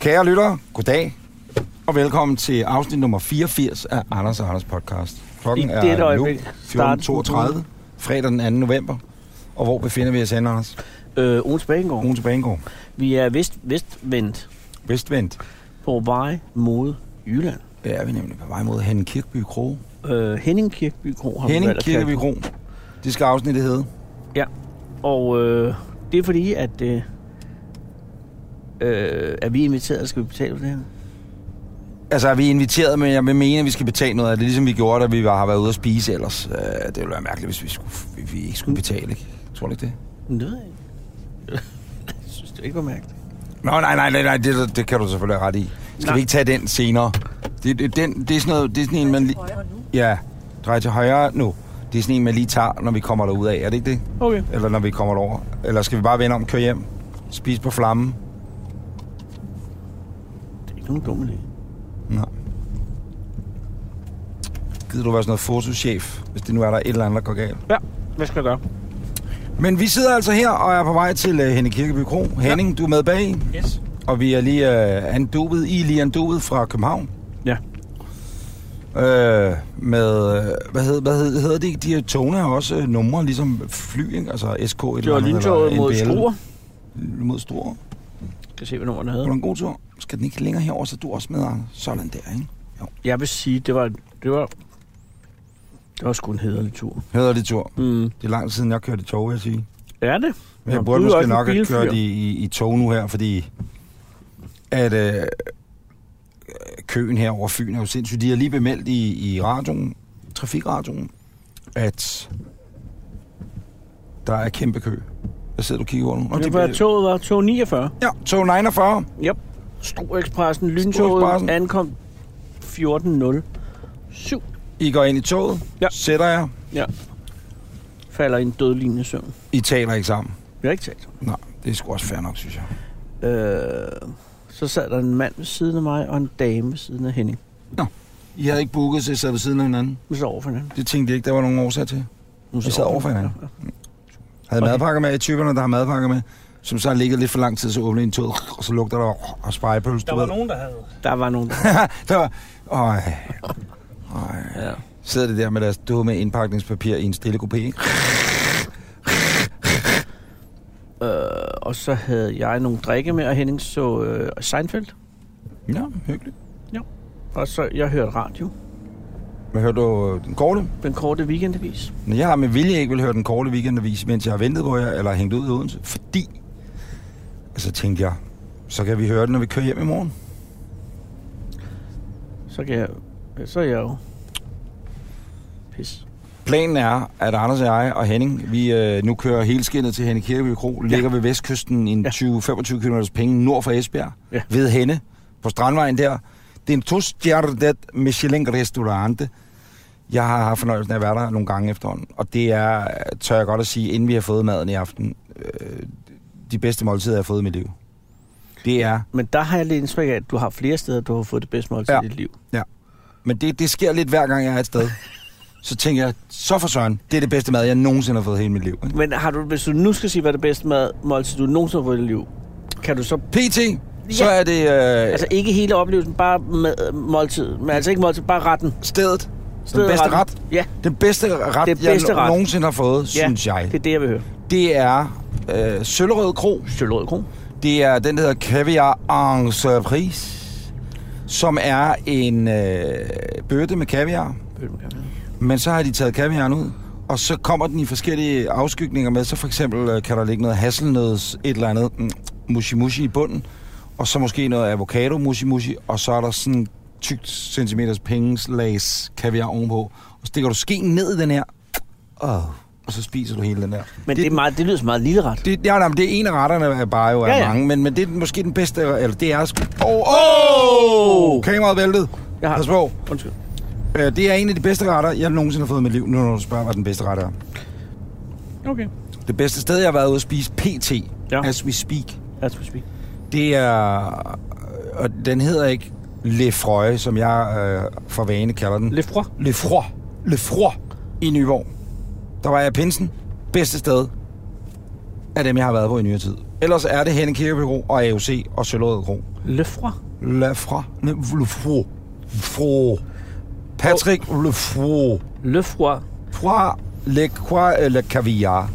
Kære lyttere, goddag og velkommen til afsnit nummer 84 af Anders og Anders podcast. Klokken I er dette nu øjeblik starten. 14.32, fredag den 2. november. Og hvor befinder vi os henne, Anders? Øh, Ons Bækengård. Rune til Banegård. Vi er vest, vestvendt Vestvendt. på vej mod Jylland. Det er vi nemlig på vej mod Henning Kirkeby Kro. Øh, Henning Kirkeby Kro har vi Henning valgt at kalde Kirkeby Kro. Det skal afsnittet hedde. den. Og øh, det er fordi, at... Øh, øh, er vi inviteret, eller skal vi betale for det her? Altså, er vi inviteret, men jeg vil mene, at vi skal betale noget af det, ligesom vi gjorde, da vi var, har været ude at spise ellers. Øh, det ville være mærkeligt, hvis vi, skulle, vi, vi ikke Mm. skulle betale, ikke? Tror du ikke det? Men Det ved jeg ikke. jeg synes, det ikke var mærkeligt. Nå, nej, nej, nej, nej det, det kan du selvfølgelig have ret i. Skal nej. Nej. vi ikke tage den senere? Det, det, den, det er sådan noget, det er sådan en, man lige... Ja, drej til højre nu. Det er sådan en, man lige tager, når vi kommer derud af. Er det ikke det? Okay. Eller når vi kommer derover. Eller skal vi bare vende om, køre hjem, spise på flammen? Det er ikke nogen dum idé. Nej. Gider du være sådan noget fotochef, hvis det nu er der et eller andet, der går galt? Ja, hvad skal jeg gøre? Men vi sidder altså her og er på vej til uh, Henning Kirkeby Kro. Henning, ja. du er med bag, Yes. og vi er lige uh, andubet. I er lige andubet fra København. Ja. Øh, med, øh, hvad, hed, hvad hed, hedder det? De her togene har også øh, numre, ligesom fly, ikke? Altså SK et Det eller var andet. eller lyntoget mod NBL. Struer. Mod Struer. Kan se, hvad nummeret Det havde. var en god tur. Skal den ikke længere herover, så er du også med, Arne? Sådan der, ikke? Jeg vil sige, det var... Det var, det var sgu en hederlig tur. Hedder det tur. Mm. Det er langt siden, jeg kørte i tog, vil jeg sige. Er det? Men jeg Nå, burde du er måske også en nok have bilfyr. kørt i, i, i tog nu her, fordi at øh, køen her over Fyn er jo sindssygt. De har lige bemeldt i, i radioen, trafikradioen, at der er kæmpe kø. Hvad sidder du og kigger over nu? Nå, Det var bliver- toget var tog 49. Ja, tog 49. Yep. Struekspressen, Struekspressen. lyntoget ankom 14.07. I går ind i toget, ja. Ja. sætter jer. Falder i en dødlignende søvn. I taler ikke sammen. Jeg har ikke talt. Nej, det er sgu også fair nok, synes jeg. Øh, så sad der en mand ved siden af mig og en dame ved siden af Henning. I havde ikke booket, så I sad ved siden af hinanden. Vi sad over for hinanden. Det tænkte jeg ikke, der var nogen årsag til. Vi sad over for hinanden. Ja, Havde Okay. madpakker med, i typerne, der har madpakker med, som så har ligget lidt for lang tid, så åbner en tog, og så lugter der og spejepølse. Der var nogen, der havde. ja. Der var nogen. der- der var, øj, øj. Ja. Sidder det der med deres dumme indpakningspapir i en stille kopi, ikke? Øh, og så havde jeg nogle drikke med, og Henning så øh, Seinfeld. Ja, hyggeligt. Og så jeg hørte radio. Hvad hørte du øh, den korte? Den korte weekendavis. Men jeg har med vilje ikke vil høre den korte weekendavis, mens jeg har ventet på jer, eller hængt ud i Odense, fordi, altså tænkte jeg, så kan vi høre den, når vi kører hjem i morgen. Så kan jeg... Så er jeg jo... Pis. Planen er, at Anders og jeg og Henning, vi øh, nu kører hele skinnet til Henning Kirkeby Kro, ligger ved vestkysten i en Ja. 20-25 km penge nord for Esbjerg, Ja. ved Henne, på Strandvejen der. Det er en to-stjernet Michelin-restaurante. Jeg har haft fornøjelsen af at være der nogle gange efterhånden, og det er, tør jeg godt at sige, inden vi har fået maden i aften, øh, de bedste måltider, jeg har fået i mit liv. Det er Men der har jeg lidt indtryk af, at du har flere steder, du har fået det bedste måltid Ja. ja. i dit liv. Men det, det sker lidt hver gang, jeg er et sted. Så tænker jeg, så for søren, det er det bedste mad, jeg nogensinde har fået i hele mit liv. ikke? Men har du, hvis du nu skal sige, hvad er det bedste mad, måltid, du nogensinde har fået i dit liv, kan du så... PT, så er det øh, Altså altså, ikke hele oplevelsen, bare med, øh, måltid. Men altså ikke måltid, bare retten. stedet. Stedet bedste retten. ret? Ja, Den bedste ret, Det jeg bedste no- ret. nogensinde har fået, ja. Ja. synes jeg, det er det, jeg vil høre. det er øh, Søllerød Kro. Sjøllerød Kro. Det er den, der hedder Caviar en Surprise, som er en øh, bøtte med kaviar. Men så har de taget kaviaren ud, og så kommer den i forskellige afskygninger med. Så for eksempel øh, kan der ligge noget hasselnøds, et eller andet mm, mushi-mushi i bunden, og så måske noget avocado mushi-mushi, og så er der sådan tykt centimeters pengeslags kaviar ovenpå. Og stikker du skeen ned i den her, oh, og så spiser du hele den der. Men det, det, er meget, det lyder som meget lille ret. Det, Det, ja, nej, men det er en af retterne er bare jo ja, Ja, ja. ja. mange, men, men det er den- måske den bedste, eller det er sgu... Åh, oh, oh! kameraet væltet. Jeg har- Pas på. Undskyld. Øh, det er en af de bedste retter, jeg nogensinde har fået i mit liv, nu når du spørger, hvad den bedste ret er. Okay. Det bedste sted, jeg har været ude at spise PT, ja. Ja. as we speak, As we speak. det er... øh, Og den hedder ikke Lefroy, som jeg øh, for vane kalder den. Lefroy. Lefroy. Lefroy i Nyborg. Der var jeg i Pinsen. Bedste sted. af dem, jeg har været på i nyere tid. Ellers er det Henning Kirkeby Kro og AOC og Sølvåd Kro. Løfra. Lefra. Lefro. Fro. Patrick Lefro. Løfra. Fra Le Croix eller Caviar.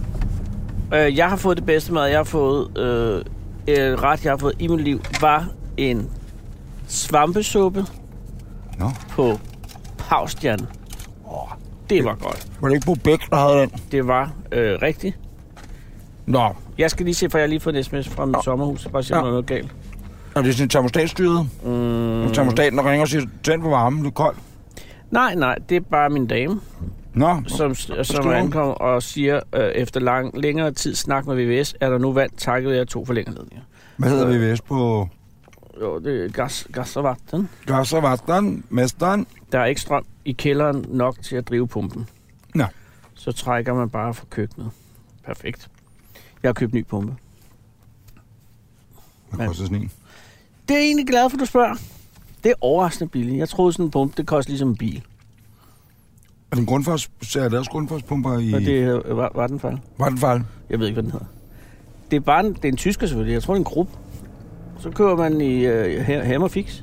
Øh, jeg har fået det bedste mad, jeg har fået, øh, øh, ret jeg har fået i mit liv, var en svampesuppe Nå. på Pavstjerne. Åh, Det var godt. var det ikke på Bæk, der havde den? Det var øh, rigtigt. Nå, Jeg skal lige se, for jeg har lige fået en sms fra mit Nå. sommerhus. Bare se, Nå. om der er noget galt. er det sådan en termostatstyret? Mm, Mm. Termostaten, der ringer og siger, tænd på varmen, det er koldt. nej, nej, det er bare min dame, Nå, som, som hun? er ankommet og siger, øh, efter lang, længere tid snak med VVS, er der nu vand takket være to forlængerledninger. hvad hedder VVS på Jo, det er gas, gas og vatten. Gasservateren, mesteren? Der er ikke strøm i kælderen nok til at drive pumpen. Nej. Så trækker man bare fra køkkenet. Perfekt. Jeg har købt ny pumpe. Hvad Ja. koster sådan en? Det er jeg egentlig glad for, du spørger. Det er overraskende billigt. Jeg troede sådan en pumpe, det koster ligesom en bil. Er det en grundfors, er der også grundforspumper i Og det er- var, var den fejl. Vattenfall? Jeg ved ikke, hvad den hedder. Det er bare en, det er en tysker selvfølgelig. Jeg tror, det er en gruppe. Så kører man i øh, Hem- Hammerfix.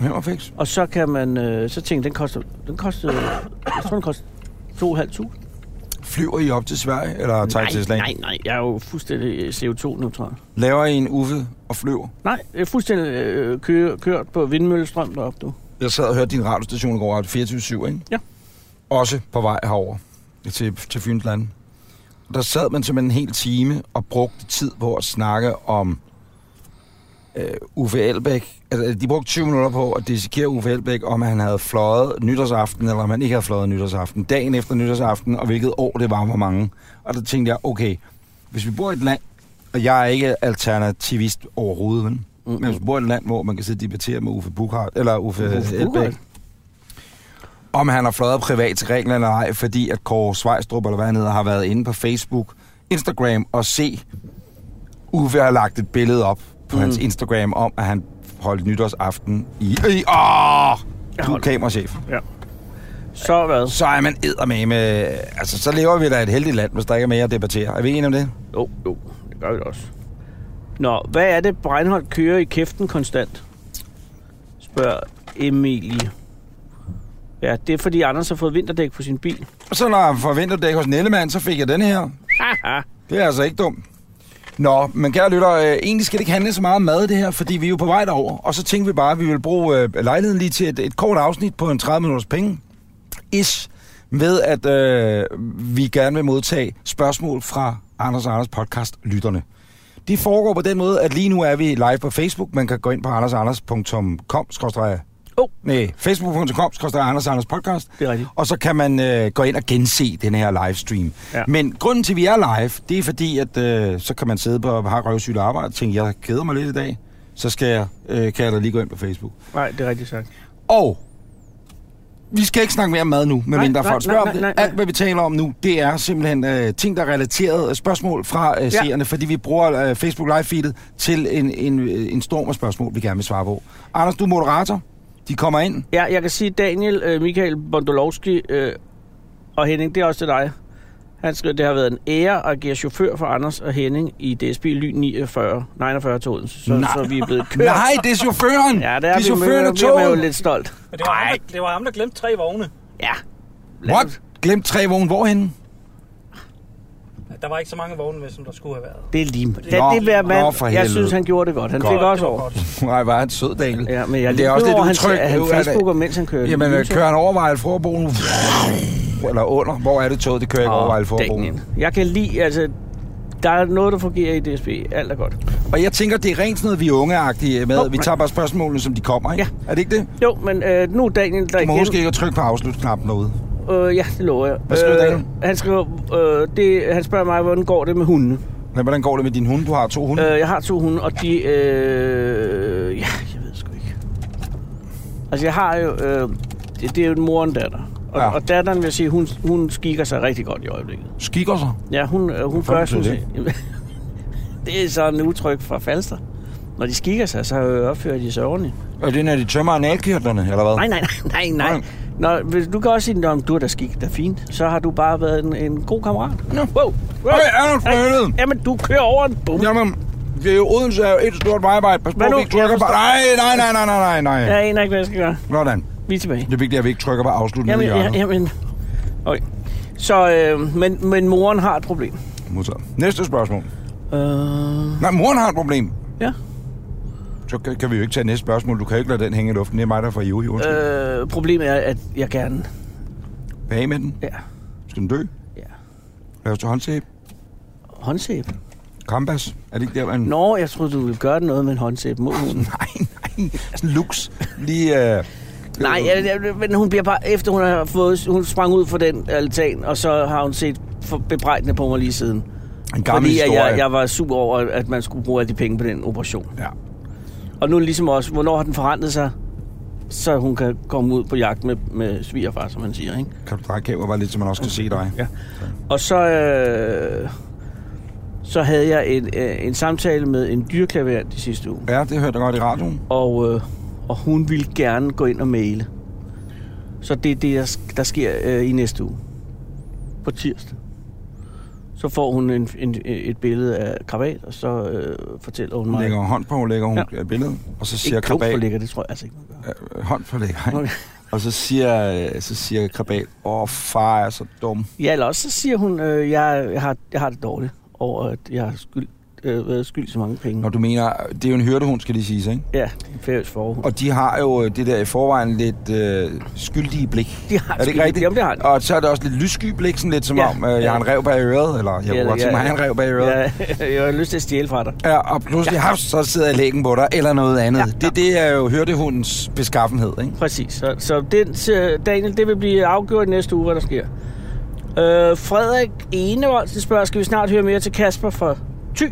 Hvem var fix? Og så kan man... Øh, så tænke, den koster... Den koster... Jeg tror, den koster 2.500. Flyver I op til Sverige, eller tager I til Nej, Island? nej, nej. Jeg er jo fuldstændig CO2-neutral. Laver I en uffe og flyver? Nej, jeg er fuldstændig øh, kørt, kørt på vindmøllestrøm deroppe, du. Jeg sad og hørte din radiostation i går, 24-7, ikke? Ja. Også på vej herover til, til Fynsland. Der sad man simpelthen en hel time og brugte tid på at snakke om øh, Uffe Elbæk. Altså, de brugte 20 minutter på at dissekere Uffe Elbæk, om han havde fløjet nytårsaften, eller om han ikke havde fløjet nytårsaften. Dagen efter nytårsaften, og hvilket år det var, hvor mange. Og der tænkte jeg, okay, hvis vi bor i et land, og jeg er ikke alternativist overhovedet, men Mm. men hvis du bor i et land, hvor man kan sidde og debattere med Uffe Bukhardt, eller Uffe, Uffe Uffe Elbæk. Elbæk, om han har fløjet privat til Grækenland eller ej, fordi at Kåre Svejstrup, eller hvad han hedder, har været inde på Facebook, Instagram og se, Uffe har lagt et billede op på Mm. mm. hans Instagram om, at han holdt nytårsaften i... i åh, du er holder. kamerachef. Så hvad? Så er man eddermame... Altså, så lever vi da i et heldigt land, hvis der ikke er mere at debattere. Er vi enige om det? Jo, jo, det gør vi da også. Nå, hvad er det, Breinholt kører i kæften konstant? Spørger Emilie. Ja, det er fordi Anders har fået vinterdæk på sin bil. Og så når jeg forventer dæk hos Nellemann, så fik jeg den her. Haha. Det er altså ikke dumt. Nå, men kære lytter, øh, egentlig skal det ikke handle så meget om mad det her, fordi vi er jo på vej derover. Og så tænkte vi bare, at vi ville bruge øh, lejligheden lige til et, et kort afsnit på en 30 minutters penge. Ish. Ved at øh, vi gerne vil modtage spørgsmål fra Anders og Anders podcast lytterne. Det foregår på den måde, at lige nu er vi live på Facebook. Man kan gå ind på andersanders.com Åh. Oh. Nej, facebook.com Anders Anders podcast. det er rigtigt. Og så kan man øh, gå ind og gense den her livestream. Ja. Ja. Men grunden til, at vi er live, det er fordi, at øh, så kan man sidde på har røvsygt arbejde og tænke, jeg keder mig lidt i dag, så skal jeg, øh, kan jeg da lige gå ind på Facebook. Nej, det er rigtigt sagt. Og vi skal ikke snakke mere om mad nu, medmindre nej, folk nej, spørger om nej, det. nej, nej. Alt, hvad vi taler om nu, det er simpelthen øh, ting, der er relateret øh, spørgsmål fra øh, seerne, fordi vi bruger øh, Facebook Live-feedet til en, en, øh, en storm af spørgsmål, vi gerne vil svare på. Anders, du er moderator. De kommer ind. Ja, jeg kan sige, Daniel, øh, Michael Bondolowski øh, og Henning, det er også til dig. Han skriver, det har været en ære at agere chauffør for Anders og Henning i DSB Lyn 49, 49 til Odense. Så, Nej. så vi er blevet kørt. Nej, det er chaufføren! Ja, det er, De vi, vi, chaufføren af vi er jo toget. lidt stolt. Men det var, ham, der, det var ham, der glemte tre vogne. Ja. What? Glemt tre vogne hvorhen? Der var ikke så mange vogne med, som der skulle have været. Det er lige... Det, Nå, det vil nå, mand. for Jeg helvede. synes, han gjorde det godt. Han Godt. fik også Det var over. godt. Nej, var han sød, Daniel. Ja, men jeg er det lige er også lidt over, han, utrygt. at han Nu er det- Facebooker, mens han kører. Jamen, øh, Lyntog. kører han over Vejle Forbro nu? Eller under? Hvor er det toget, det kører ikke over Åh, Vejle Forbro? Daniel. Jeg kan lide, altså... Der er noget, der fungerer i DSB. Alt er godt. Og jeg tænker, det er rent sådan noget, vi er ungeagtige med. Hov, vi nej. tager bare spørgsmålene, som de kommer, ikke? Er det ikke det? Jo, men øh, nu er Daniel der Du må igen. huske ikke at trykke på afslutknappen derude. Øh, ja, det lover jeg. Hvad skriver Daniel? Han skriver... Øh, det, han spørger mig, hvordan går det med hundene? Men hvordan går det med din hund? Du har to hunde. Øh, jeg har to hunde, og de... Øh, ja, jeg ved sgu ikke. Altså, jeg har jo... Øh, det, det er jo en mor og en datter. Og, ja. Ja. og datteren vil jeg sige, hun, hun skikker sig rigtig godt i øjeblikket. Skikker sig. Ja, hun, øh, hun fanden gør sådan betyder set... det er sådan et udtryk fra Falster. Når de skikker sig, så øh, opfører de sig ordentligt. Er det, når de tømmer analkirtlerne, eller hvad? Nej, nej, nej, nej, nej. Nej. Nå, hvis du kan også sige, at du er da skik, der fint. Så har du bare været en, en god kammerat. Nå. Wow. wow. Hey, Anders, for helvede. Jamen, du kører over en bum. Jamen, det er jo Odense er jo et stort vejarbejde. Pas på, Hvad nu? vi ikke trykker på... Nej, nej, nej, nej, nej, nej, nej. Jeg aner ikke, hvad jeg skal gøre. Hvordan? Vi er tilbage. Det er vigtigt, at vi ikke trykker på afslut nede i Jamen, ja, hjørnet. jamen. Okay. Så, øh, men, men moren har et problem. Modtaget. Næste spørgsmål. Øh, Nej, moren har et problem. ja. Så kan, kan vi jo ikke tage næste spørgsmål. Du kan jo ikke lade den hænge i luften. Det er mig, der får i øh. Øh, problemet er, at jeg gerne... Hvad er I med den? Ja. Skal den dø? ja. Lad os tage håndsæbe. Håndsæbe? Kambas. Er det ikke der, man... Nå, jeg troede, du ville gøre noget med en håndsæbe mod hunden. Nej, nej. Sådan lux. Lige... Øh... Nej, jeg, jeg, men hun bliver bare... Efter hun har fået... Hun sprang ud fra den altan, og så har hun set for bebrejdende på mig lige siden. En gammel fordi at historie. jeg, jeg var sur over, at man skulle bruge alle de penge på den operation. Ja. Og nu er det ligesom også, hvornår har den forandret sig, så hun kan komme ud på jagt med, med svigerfar, som man siger, ikke? Kan du dreje kameraet bare lidt, så man også kan se dig? Ja. Og så, øh, så havde jeg en, øh, en samtale med en dyrklaverant i sidste uge. Ja, det hørte jeg godt i radioen. Og, øh, og hun ville gerne gå ind og maile. Så det er det, der, sk- der sker øh, i næste uge. På tirsdag. Så får hun en, en, et billede af krabat, og så øh, fortæller hun Hun mig... lægger hånd på, lægger hun ja. billedet, og så siger ikke klog krabat... forlægger, det tror jeg altså ikke, man gør. Øh, hånd på lægger, ikke? Okay. Og så siger, øh, så siger krabat, åh, oh, far jeg er så dum. Ja, eller også så siger hun, øh, jeg, jeg, har, jeg har det dårligt over, at jeg har skyld, øh, været skyld så mange penge. Når du mener, det er jo en hyrdehund, skal det siges, ikke? Ja, det er en færøsk forhud. Og de har jo øh, det der i forvejen lidt øh, skyldige blik. De har er det ikke skyldige- rigtigt? Jamen, det har de. Og så er det også lidt lyssky blik, sådan lidt som Ja. om, øh, jeg har en rev bag øret, eller jeg kunne godt tænke mig, at have en rev bag øret. Ja, jeg har lyst til at stjæle fra dig. Ja, og pludselig, ja. så sidder jeg lægen på dig, eller noget andet. Ja, Det, det er jo hyrdehundens beskaffenhed, ikke? Præcis. Så, så det, så Daniel, det vil blive afgjort i næste uge, hvad der sker. Øh, Frederik Enevoldsen spørger, skal vi snart høre mere til Kasper fra Ty?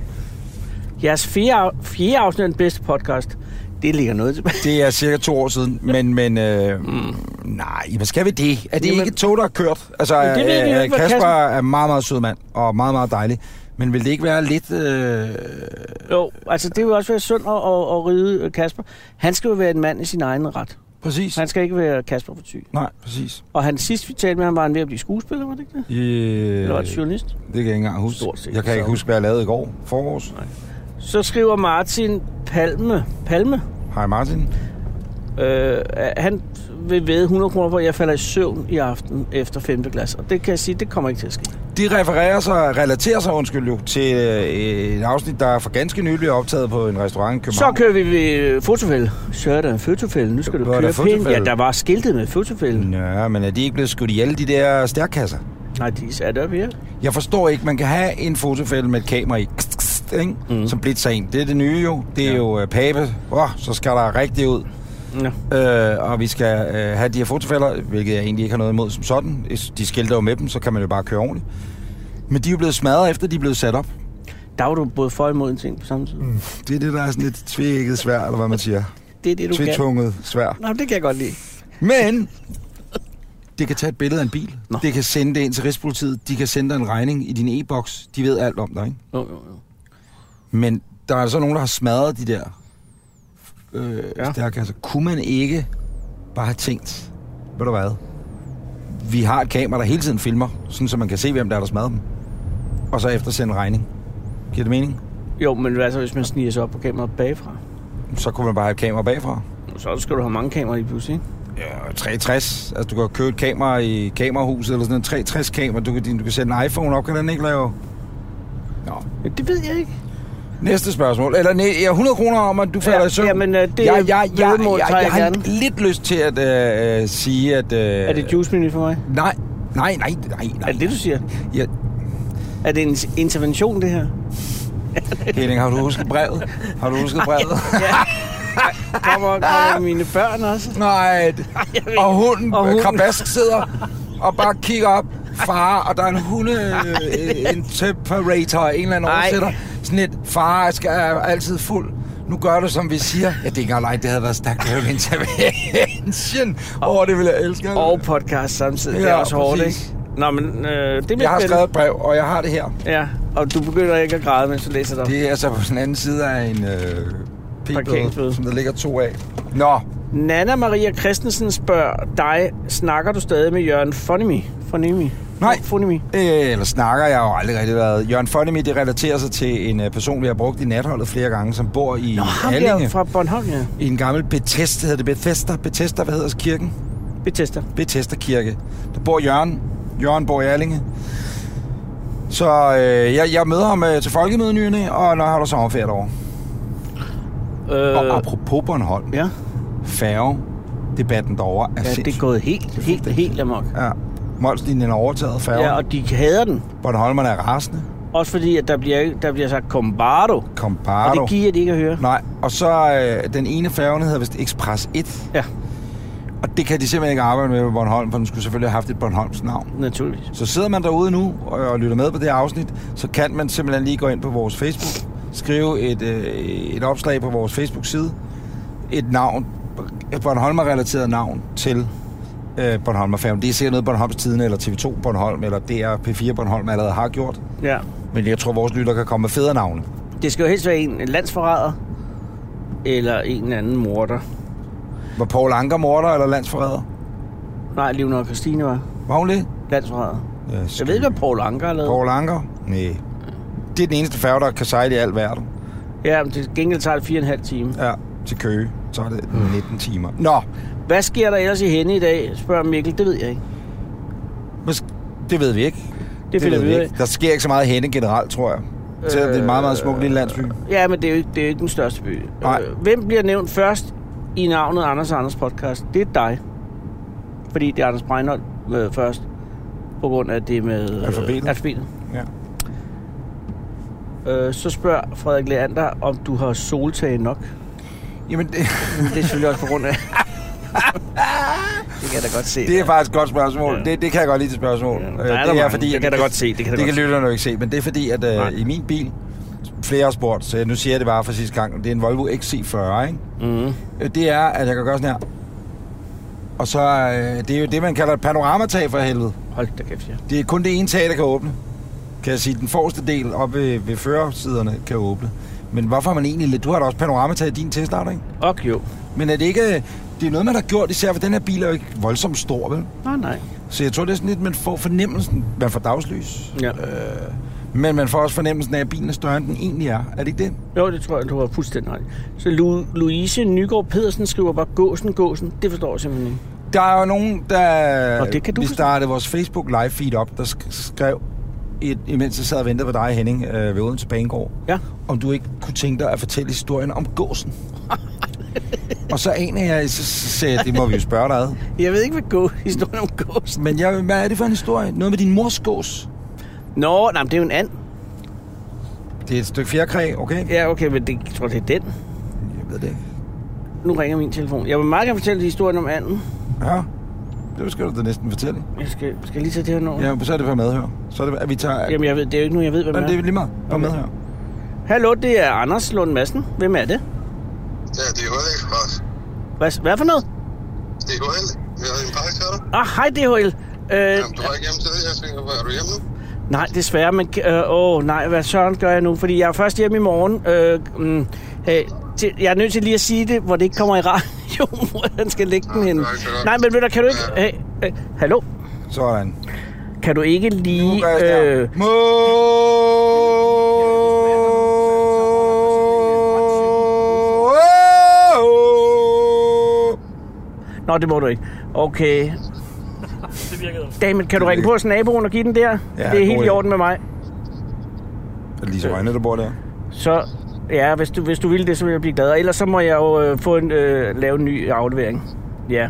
Jeres fjerde, fjerde afsnit af den bedste podcast. Det ligger noget tilbage. Det er cirka to år siden, men, men øh, mm. nej, hvad skal vi det? Er det Jamen- ikke et tog, der har kørt? Altså, Men det ved vi jo ikke, hvad Kasper Kasper- er en meget, meget sød mand, og meget, meget dejlig. Men vil det ikke være lidt... Øh, Jo, altså det vil også være synd at, at, at ride øh, Kasper. Han skal jo være en mand i sin egen ret. præcis. Han skal ikke være Kasper for Ty. Nej, præcis. Og han sidst vi talte med ham, var han ved at blive skuespiller, var det ikke det? Øh, Eller var det det kan journalist? jeg ikke engang huske. Stort set, jeg kan ikke så- huske, hvad jeg lavede i går. Forårs. Så skriver Martin Palme, Palme Hej Martin. Øh, han vil væde 100 kroner på, at jeg falder i søvn i aften efter 5. klasse. Og det kan jeg sige, det kommer ikke til at ske. De refererer sig, relaterer sig, undskyld jo, til øh, et afsnit, der er for ganske nylig optaget på en restaurant i Så København. kører vi ved fotofælde. Så er der en fotofælde. Nu skal du Hvor er køre der pænt. Ja, fotofælde? Mm. der var skiltet med fotofælden. Ja, men er de ikke blevet skudt ihjel, de der stærkasser? Nej, de er der virkelig. Jeg forstår ikke, man kan have en fotofælde med et kamera i, kst, kst, ikke? Mhm. Mm. som blitzer en. Det er det nye jo. Det er ja. jo øh, pape. Oh, så skal der rigtig ud. Ja. Øh, og vi skal øh, have de her fotofælder, hvilket jeg egentlig ikke har noget imod som sådan. De skilter jo med dem, så kan man jo bare køre ordentligt. Men de er jo blevet smadret, efter de er blevet sat op. Der var du både for og imod en ting på samme tid. Mm. Det er det, der er sådan lidt tvækket svær, eller hvad man siger. Det er det, du kan. Tvetunget svær. Nå, det kan jeg godt lide. Men det kan tage et billede af en bil. Nå. Det kan sende det ind til Rigspolitiet. De kan sende dig en regning i din e-boks. De ved alt om dig, ikke? Jo, jo, jo. Men der er så nogen, der har smadret de der øh, ja. Ja. stærkasser. Kunne man ikke bare have tænkt, ved du hvad, vi har et kamera, der hele tiden filmer, sådan så man kan se, hvem der er, der smadrer dem. Og så eftersende en regning. Giver det mening? jo, men altså, hvis man sniger sig op på kameraet bagfra, Så kunne man bare have et kamera bagfra. så skal du have mange kameraer lige pludselig, ikke? Ja, 360. Altså, du kan jo købe et kamera i kamerahuset, eller sådan en 360 kamera. Du kan, din- du kan sætte en iPhone op, kan den ikke lave? Nå. Ja, det ved jeg ikke. Næste spørgsmål. Eller nej, ja, 100 kroner om, at du falder Ja, i søvn. jamen, øh, det jeg, jeg, jeg, jeg, væddemål jeg, tager jeg har gerne. lidt lyst til at øh, øh, sige, at... Øh, Er det juice menu for mig? Nej, nej, nej, nej, nej. Er det det, du siger? Ja, Er det en intervention, det her? Henning, har du husket brevet? Har du husket brevet? Kommer, kommer mine børn også? nej. Og hunden, Og og hunden. krabask sidder og bare kigger op. Far, og der er en hunde, øh, en temperator, en eller anden Ej. oversætter. Sådan et, far jeg skal, er altid fuld. Nu gør du, som vi siger. Ja, det er ikke engang det havde været stærkt. Det er jo en intervention. Åh, oh, det ville jeg elske. Og podcast samtidig. det er Ja, også hårdt, præcis. ikke? Nå, men øh, det bliver Jeg har spændende. skrevet et brev, og jeg har det her. Ja, og du begynder ikke at græde, mens du læser dig. Det... Det er altså på den anden side af en øh, p-bøde, Parkeringsbøde. som der ligger to af. Nå, Nana Maria Christensen spørger dig, snakker du stadig med Jørgen Fonimi? Fonimi? Nej. Fonimi. Øh, eller snakker jeg har jo aldrig rigtig været. Jørgen Fonemi, det relaterer sig til en øh, person, vi har brugt i natholdet flere gange, som bor i Nå, ham der Allinge. fra Bornholm, ja. I en gammel Bethesda, hedder det Bethesda? Bethesda, hvad hedder kirken? Bethesda. Bethesda Kirke. Der bor Jørgen. Jørgen bor i Erlinge. Så øh, jeg, jeg møder ham øh, til folkemødet nyerne, og når jeg holder sommerferie derovre. Øh. Og apropos Bornholm, ja. færge debatten derovre er ja, det er gået helt, helt, helt amok. Ja, Molslinjen er overtaget færgen. Ja, Ja, og de hader den. Bornholmerne er rasende. Også fordi, at der bliver, der bliver sagt Combardo. Kom Og bare det giver de ikke at høre. Nej, og så øh, den ene færge hedder vist Express 1. Ja, Og det kan de simpelthen ikke arbejde med på Bornholm, for den skulle selvfølgelig have haft et Bornholms navn. naturligvis. Så sidder man derude nu og, og lytter med på det her afsnit, så kan man simpelthen lige gå ind på vores Facebook, skrive et, øh, et opslag på vores Facebook-side, et navn, et Bornholmer-relateret navn til øh, Bornholmerfærgen. Det er sikkert noget, Bornholms Tiden eller TV2 Bornholm eller DR P4 Bornholm allerede har gjort. Ja. Men jeg tror, vores lytter kan komme med federe navne. Det skal jo helst være en landsforræder, eller en anden morder. Var Paul Anker morder eller landsforræder? Nej, Leonor Christine var Var hun det? landsforræder. Ja, Jeg ved ikke, hvad Paul Anker har lavet. Paul Anker? Nej. Det er den eneste færge, der kan sejle i al verden. Ja, men til gengæld tager det fire og en halv time. Ja, til Køge. Så er det Hmm. 19 timer. Nå, Hvad sker der ellers i henne i dag, spørger Mikkel. Det ved jeg ikke. men sk- det ved vi ikke. Det, det finder ved vi ud af. Der sker ikke så meget henne generelt, tror jeg. Selvom det er en meget, meget smuk lille landsby. Ja, men det er jo ikke, det er jo ikke den største by. Nej. Øh, Hvem bliver nævnt først i navnet Anders og Anders podcast? Det er dig. Fordi det er Anders Breinholt øh, først. På grund af det med... Øh, Alfabetet. alfabetet. Ja. Øh, så spørger Frederik Leander, om du har soltag nok. Jamen, det, Det er selvfølgelig også på grund af... det kan jeg da godt se. det er faktisk et godt spørgsmål. Ja. Det, det kan jeg godt lide til spørgsmål. Ja, Øh, der er der mange. Det at kan jeg da godt se, det kan jeg da det godt kan lytterne jo ikke se, men det er fordi, at Nej. øh, i min bil, flere har spurgt, så jeg- nu siger jeg det bare for sidste gang, det er en Volvo XC40, ikke? Mm. Øh, det er, at jeg kan gøre sådan her. Og så, øh, det er jo det, man kalder et panoramatag for helvede. Hold da kæft, ja. Det er kun det ene tag, der kan åbne. Kan jeg sige, den forreste del oppe ved, ved førersiderne kan åbne. Men hvorfor har man egentlig lidt... Du har da også panoramatag i din Tesla, har du ikke? Og jo. Men er det ikke... Det er noget, man har gjort, især for den her bil er jo ikke voldsomt stor, vel? Nej, nej. Så jeg tror, det er sådan lidt, man får fornemmelsen. Man får dagslys. Ja. Øh, men man får også fornemmelsen af, at bilen er større, end den egentlig er. Er det ikke det? Jo, det tror jeg, du har fuldstændig ret. i. Så Lu- Louise Nygaard Pedersen skriver bare, gåsen, gåsen, det forstår jeg simpelthen ikke. Der er jo nogen, der... Og det kan du vi forstå. startede vores Facebook live feed op, der sk- skrev, et, imens jeg sad og ventede på dig, Henning, øh, ved Odense Banegård, Ja. om du ikke kunne tænke dig at fortælle historien om gåsen. og så aner jeg, så så sagde jeg, det må vi jo spørge dig ad. Jeg ved ikke, hvad gå historien om gåsen. Men jeg, hvad er det for en historie? Noget med din mors gås? Nå, nej, men det er jo en and. Det er et stykke fjerkræ, okay? Ja, okay, men det, jeg tror, det er den. Jeg ved det ikke. Nu ringer min telefon. Jeg vil meget gerne fortælle historien om anden. Ja, det skal du da næsten fortælle. Jeg skal, skal jeg lige tage det her nummer. Ja, så er det for medhør. Så er det, at vi tager... Jamen, jeg ved, det er jo ikke nu, jeg ved, hvem Jamen, det er det er. lige meget. På Okay. medhør. Hallo, det er Anders Lund Madsen. Hvem er det? Ja, det er HL Express. Hvad, hvad for noget? Det er HL. Jeg havde en pakke til dig. Ah, hej DHL. Øh, Jamen, du var ikke hjemme til det. Jeg tænker, hvor er du hjemme nu? nej, desværre, men... øh, Åh, øh, nej, hvad søren gør jeg nu? Fordi jeg er først hjemme i morgen. Øh, mm, øh, til, jeg er nødt til lige at sige det, hvor det ikke kommer i radioen, hvor han skal lægge den Nå, henne. det var ikke så godt. Nej, men ved du, kan du ikke... Øh, øh, hallo? Sådan. Kan du ikke Nu lige... gør jeg sådan her. Øh, Må- øh, nå, det må du ikke. Okay. Det virkede. Damen, kan du ringe på hos naboen og give den der? Ja, det er god helt i idé. orden med mig. Er det Lise Rønne, der bor der? Så ja, hvis du, hvis du vil det, så vil jeg blive glad. Og Ellers så må jeg jo øh, få en, øh, lave en ny aflevering. Ja.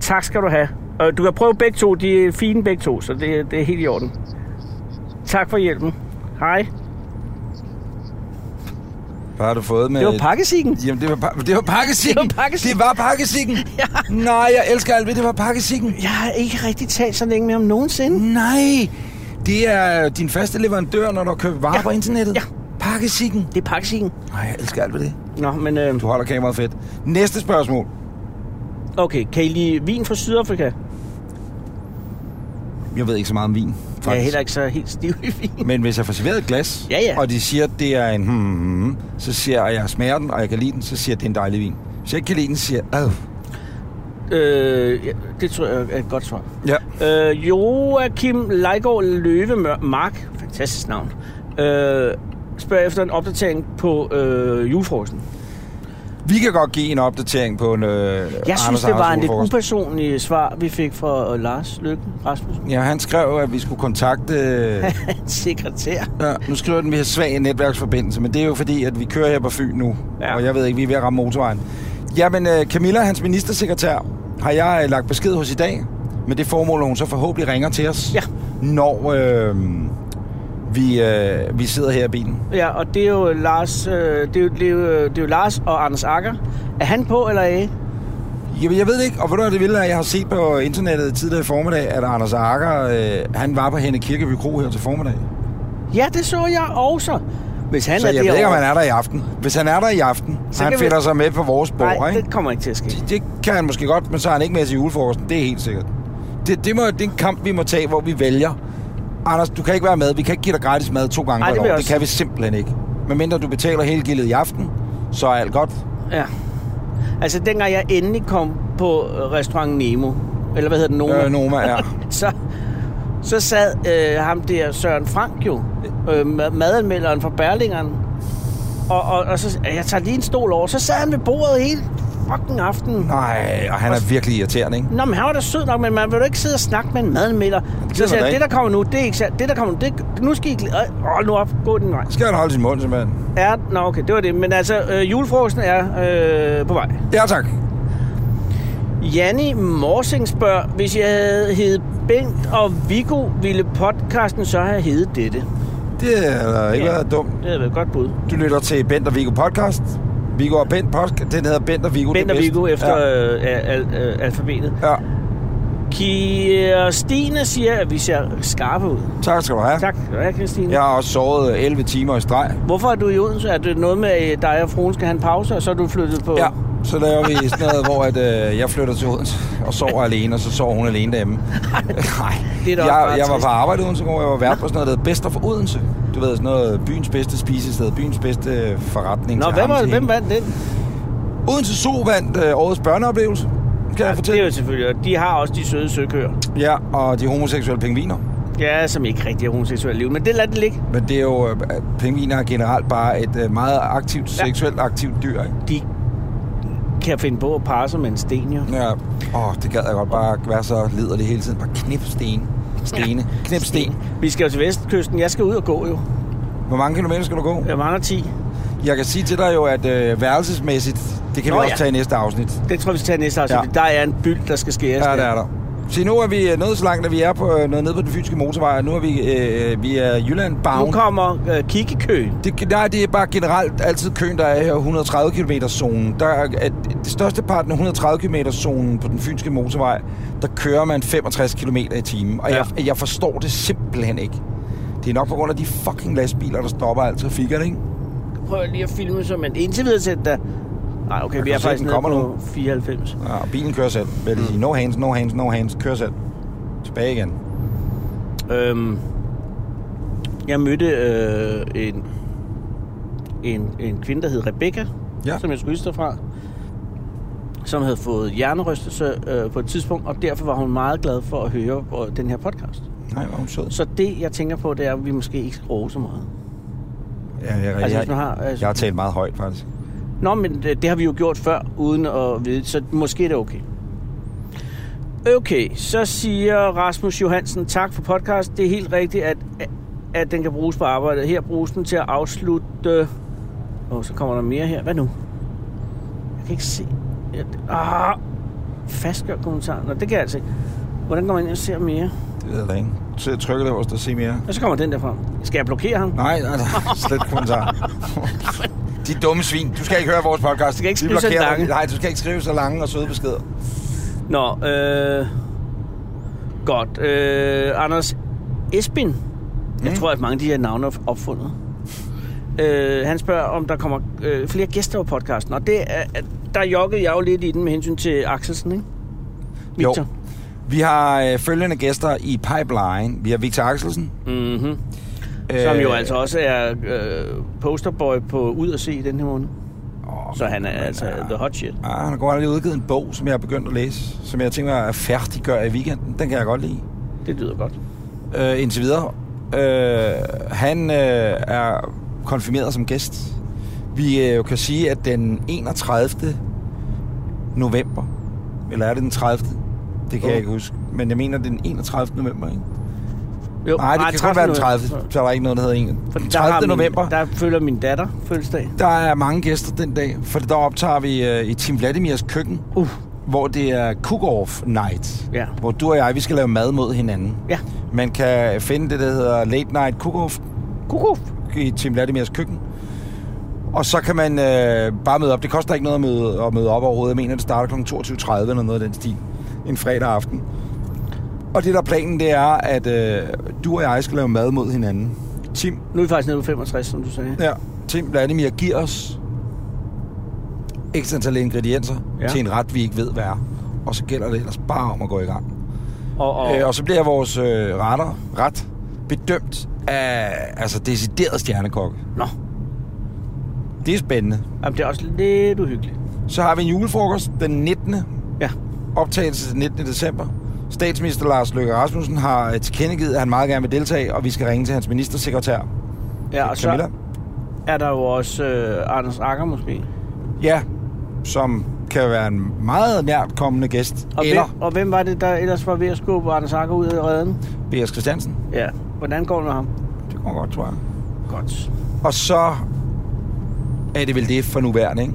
Tak skal du have. Og du kan prøve begge to. De er fine begge to, så det, det er helt i orden. Tak for hjælpen. Hej. Hvad har du fået med... Det var pakkesikken. Jamen, det var, pa- det var pakkesikken. Det var pakkesikken. Det var pakkesikken. Ja. Nej, jeg elsker alt ved, det var pakkesikken. Jeg har ikke rigtig talt så længe med ham nogensinde. Nej, det er din faste leverandør, når du har købt varer Ja. på internettet. Ja. Pakkesikken. Det er pakkesikken. Nej, jeg elsker alt ved det. Nå, men øh, Du holder kameraet fedt. Næste spørgsmål. okay. Kan I lide vin fra Sydafrika? Jeg ved ikke så meget om vin. Jeg er faktisk. heller ikke så helt stiv i vin. Men hvis jeg får serveret et glas, Ja, ja. og de siger, at det er en hmm, hmm, hmm, så siger jeg, at jeg smager den, og jeg kan lide den, så siger jeg, at det er en dejlig vin. Hvis jeg ikke kan lide den, siger jeg, "Ad." Øh, ja, det tror jeg er et godt svar. ja. Øh, Joachim Leigård Løve Mark, fantastisk navn, øh, spørger efter en opdatering på øh, julefrokosten. Vi kan godt give en opdatering på en... Øh, Jeg Anders synes, det Anders var en lidt julefrokost. upersonlig svar, vi fik fra øh, Lars Løkken Rasmussen, Ja, han skrev, at vi skulle kontakte... hans sekretær. Ja, nu skriver den, at vi har svag netværksforbindelse, men det er jo fordi, at vi kører her på Fyn nu. Ja. Ja. Og jeg ved ikke, vi er ved at ramme motorvejen. Jamen, øh, Camilla, hans ministersekretær, har jeg øh, lagt besked hos i dag. Med det formål, at hun så forhåbentlig ringer til os, Ja. når øh, vi, øh, vi sidder her i bilen. Ja, og det er jo Lars, øh, det, er jo, det, er jo, det er jo Lars og Anders Akker. Er han på eller ikke? Jamen, jeg ved det ikke, og ved du hvad det vilde er, jeg har set på internettet tidligere i formiddag, at Anders Akker, øh, han var på Henne Kirkeby Kro her til formiddag. Ja, det så jeg også. Hvis han så er jeg ved ikke, om derovre- han er der i aften. Hvis han er der i aften, Så så han kan vi- finder sig med på vores bord, Nej, ikke? det kommer ikke til at ske. Det, det kan han måske godt, men så er han ikke med til julefrokosten. Det er helt sikkert. Det, det, må, det er en kamp, vi må tage, hvor vi vælger. Anders, du kan ikke være med. Vi kan ikke give dig gratis mad to gange Ej, det per vil jeg år. Det også kan vi simpelthen ikke. Medmindre du betaler hele gildet i aften, så er alt godt. Øh, Ja. Altså, dengang jeg endelig kom på øh, restaurant Nemo, eller hvad hedder den, Noma, Øh, Noma, ja. så, så sad øh, ham der Søren Frank jo, øh, ma- madanmelderen fra Berlingeren, og, og, og så, jeg tager lige en stol over, så sad han ved bordet hele fucking aftenen. Nej, og han er virkelig irriterende, ikke? Nå, men han var da sød nok, men man vil da ikke sidde og snakke med en madanmelder. Så man siger da jeg, det ikke. der kommer nu, det er ikke sandt. Det der kommer nu, det, nu skal I... glæ- Øj, Hold nu op, gå den vej. Skal han holde sin mund, simpelthen? Ja, nå, okay, det var det. Men altså, øh, julefrokosten er øh, på vej. Ja, tak. Janni Morsing spørger, hvis jeg havde hed Bengt og Viggo, ville podcasten så have heddet dette? Det er ikke Ja. ja. været dumt. Det havde været et godt bud. Du lytter til Bent og Viggo podcast. Viggo og Bent podcast. Den hedder Bent og Viggo. det Bengt og bedste. Viggo efter Ja. ja. øh, al, al, alfabetet. ja. Kirstine siger, at vi ser skarpe ud. Tak skal du have. Tak, skal du have, Kirstine. Jeg har også sovet øh, 11 timer i streg. Hvorfor er du i Odense? Er det noget med, at dig og fruen skal have en pause, og så er du flyttet på? Ja, så laver vi sådan noget, hvor at, øh, jeg flytter til Odense og sover alene, og så sover hun alene derhjemme. Nej, Det er da også jeg, bare jeg var trist. på arbejde i Odense i går, jeg var vært på sådan noget, der hedder Bester for Odense. Du ved, sådan noget byens bedste spisested, byens bedste øh, forretning. Nå, til hvem, var, Hammershæn. hvem vandt den? Odense Zoo vandt øh, årets børneoplevelse, kan ja, jeg det er fortælle. jo selvfølgelig. og De har også de søde søkøer. Ja, og de homoseksuelle pingviner. Ja, som ikke rigtig er homoseksuelle liv, men det lader det ligge. Men det er jo, øh, at pingviner er generelt bare et øh, meget aktivt, Ja. ja. seksuelt aktivt dyr, ikke? De kan finde på at parre sig med en sten, jo. Ja, åh, det gad jeg godt bare være så liderlig hele tiden. Bare knip sten. Stene. Knip sten. Vi skal jo til vestkysten. Jeg skal ud og gå, jo. Hvor mange kilometer skal du gå? Jeg mangler 10. Jeg kan sige til dig jo, at øh, værelsesmæssigt, det kan Nå Nå, vi også ja. ja. tage i næste afsnit. Det tror jeg, vi skal tage næste afsnit. Ja. Der er en byld, der skal skæres. Ja, det er der. Se, nu er vi øh, nået så langt, at vi er på, øh, nået ned på den fysiske motorvej, og nu er vi, øh, vi er Jylland Nu bound. kommer øh, kikkekøen. Det, nej, det er bare generelt altid køen, der er her, 130 km zonen. Der er, at det største parten af 130 km zonen på den fynske motorvej, der kører man 65 km i timen. Og Ja. ja. jeg, jeg forstår det simpelthen ikke. Det er nok på grund af de fucking lastbiler, der stopper al trafikkerne, ikke? Prøv lige at filme, så man indtil videre sætter der... Nej, okay, vi kan er se, faktisk den nede kommer på nu. 94. Ja, og bilen kører selv. Vil jeg sige, no hands, no hands, no hands, kører selv. Tilbage igen. Øhm, jeg mødte øh, en, en, en kvinde, der hed Rebecca, ja. Ja. som jeg skulle hilse derfra, som havde fået hjernerystelse øh, på et tidspunkt, og derfor var hun meget glad for at høre på den her podcast. Nej, hvor er hun sød. Så det, jeg tænker på, det er, at vi måske ikke skal råbe så meget. Ja, jeg, Altså, altså, hvis jeg, man har- har, altså- altså... jeg har talt meget højt, faktisk. Nå, men det, det har vi jo gjort før, uden at vide, så måske er det okay. Okay, så siger Rasmus Johansen, tak for podcast. Det er helt rigtigt, at, at den kan bruges på arbejdet. Her bruges den til at afslutte... Åh, oh, så kommer der mere her. Hvad nu? Jeg kan ikke se... Jeg- Ah, fastgør kommentaren. Nå, det kan jeg altså ikke. Hvordan kommer jeg ind og ser mere? Det ved jeg da ikke. Så jeg trykker der, hvor der se mere. Og så kommer den derfra. Skal jeg blokere ham? Nej, nej, nej. Slet kommentar. De dumme svin. Du skal ikke høre vores podcast. Du skal ikke skrive så lange. Nej, du skal ikke skrive så lange og søde beskeder. Nå, øh... Godt. Øh, Anders Espin. Jeg Mm. tror, at mange af de her navne er opfundet. Øh, han spørger, om der kommer øh, flere gæster på podcasten. Og det er, at- der jokkede jeg jo lidt i den med hensyn til Axelsen, ikke? Victor. Jo. Vi har øh, følgende gæster i pipeline. Vi har Victor Axelsen. Mm-hmm. Som Øh. jo altså også er øh, posterboy på Ud at se i den her måned. Åh, Så han er altså the hot shit. Ah, han har godt aldrig udgivet en bog, som jeg har begyndt at læse, som jeg tænker mig at færdiggøre i weekenden. Den kan jeg godt lide. Det lyder godt. øh, indtil videre. Øh, han øh, er konfirmeret som gæst. Vi øh, kan sige, at den 31. november, eller er det den 30. Det kan Jo. jeg ikke huske. Men jeg mener, det er den 31. november, ikke? Jo, Nej, det kan godt være den 30. Så er der ikke noget, der hedder en. For Den der har 30. min- november, Der følger min datter fødselsdag. der er mange gæster den dag, for der optager vi øh, i Team Vladimirs køkken, Uh, hvor det er cook-off night. Ja. Hvor du og jeg, vi skal lave mad mod hinanden. ja. Man kan finde det, der hedder Late Night Cook-off Kukuf. i Tim Latimers køkken. Og så kan man øh, bare møde op. Det koster ikke noget at møde, at møde op overhovedet. Jeg mener, det starter kl. 22.30 eller noget af den stil. En fredag aften. Og det, der er planen, det er, at øh, du og jeg skal lave mad mod hinanden. Tim, Nu er vi faktisk nede på 65, som du sagde. ja, Tim Vladimir giver os x antal ingredienser ja. Ja. til en ret, vi ikke ved, hvad er. Og så gælder det ellers bare om at gå i gang. Og, og, Øh, og så bliver vores øh, retter, ret, bedømt af altså, decideret stjernekokke. Nå, Det er spændende. jamen, det er også lidt uhyggeligt. Så har vi en julefrokost den 19. Ja. Optagelse den 19. december. Statsminister Lars Løkke Rasmussen har øh, tilkendegivet, at han meget gerne vil deltage, og vi skal ringe til hans ministersekretær, ja og Camilla. så er der jo også øh, Anders Akker måske. Ja, som kan være en meget nært kommende gæst. Og, eller Hvem, og hvem var det, der ellers var ved at skubbe Anders Akker ud af redden? B.S. Christiansen. Ja. Hvordan går det med ham? Det går godt, tror jeg. Godt. Og så er det vel det for nuværende, ikke?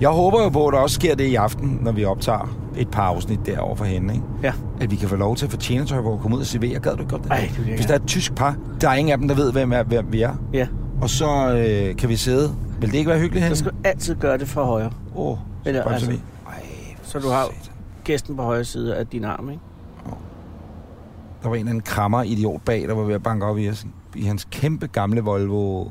Jeg håber jo på, at der også sker det i aften, når vi optager et par afsnit derovre for hende, ikke? Ja. at vi kan få lov til at få tjenertøj på at komme ud og servere. Gad du ikke godt det? Ej, det ville jeg Hvis der er et tysk par, der er ingen af dem, der ved, hvem, er, hvem vi er. Ja. Og så øh, kan vi sidde. Vil det ikke være hyggeligt, Så Henning? skal du altid gøre det fra højre. Åh, Eller, Eller, altså- altså... Ej, Så du har gæsten på højre side af din arm, ikke? Der var en eller anden krammer idiot bag, der var ved at banke op i, os, i hans kæmpe gamle Volvo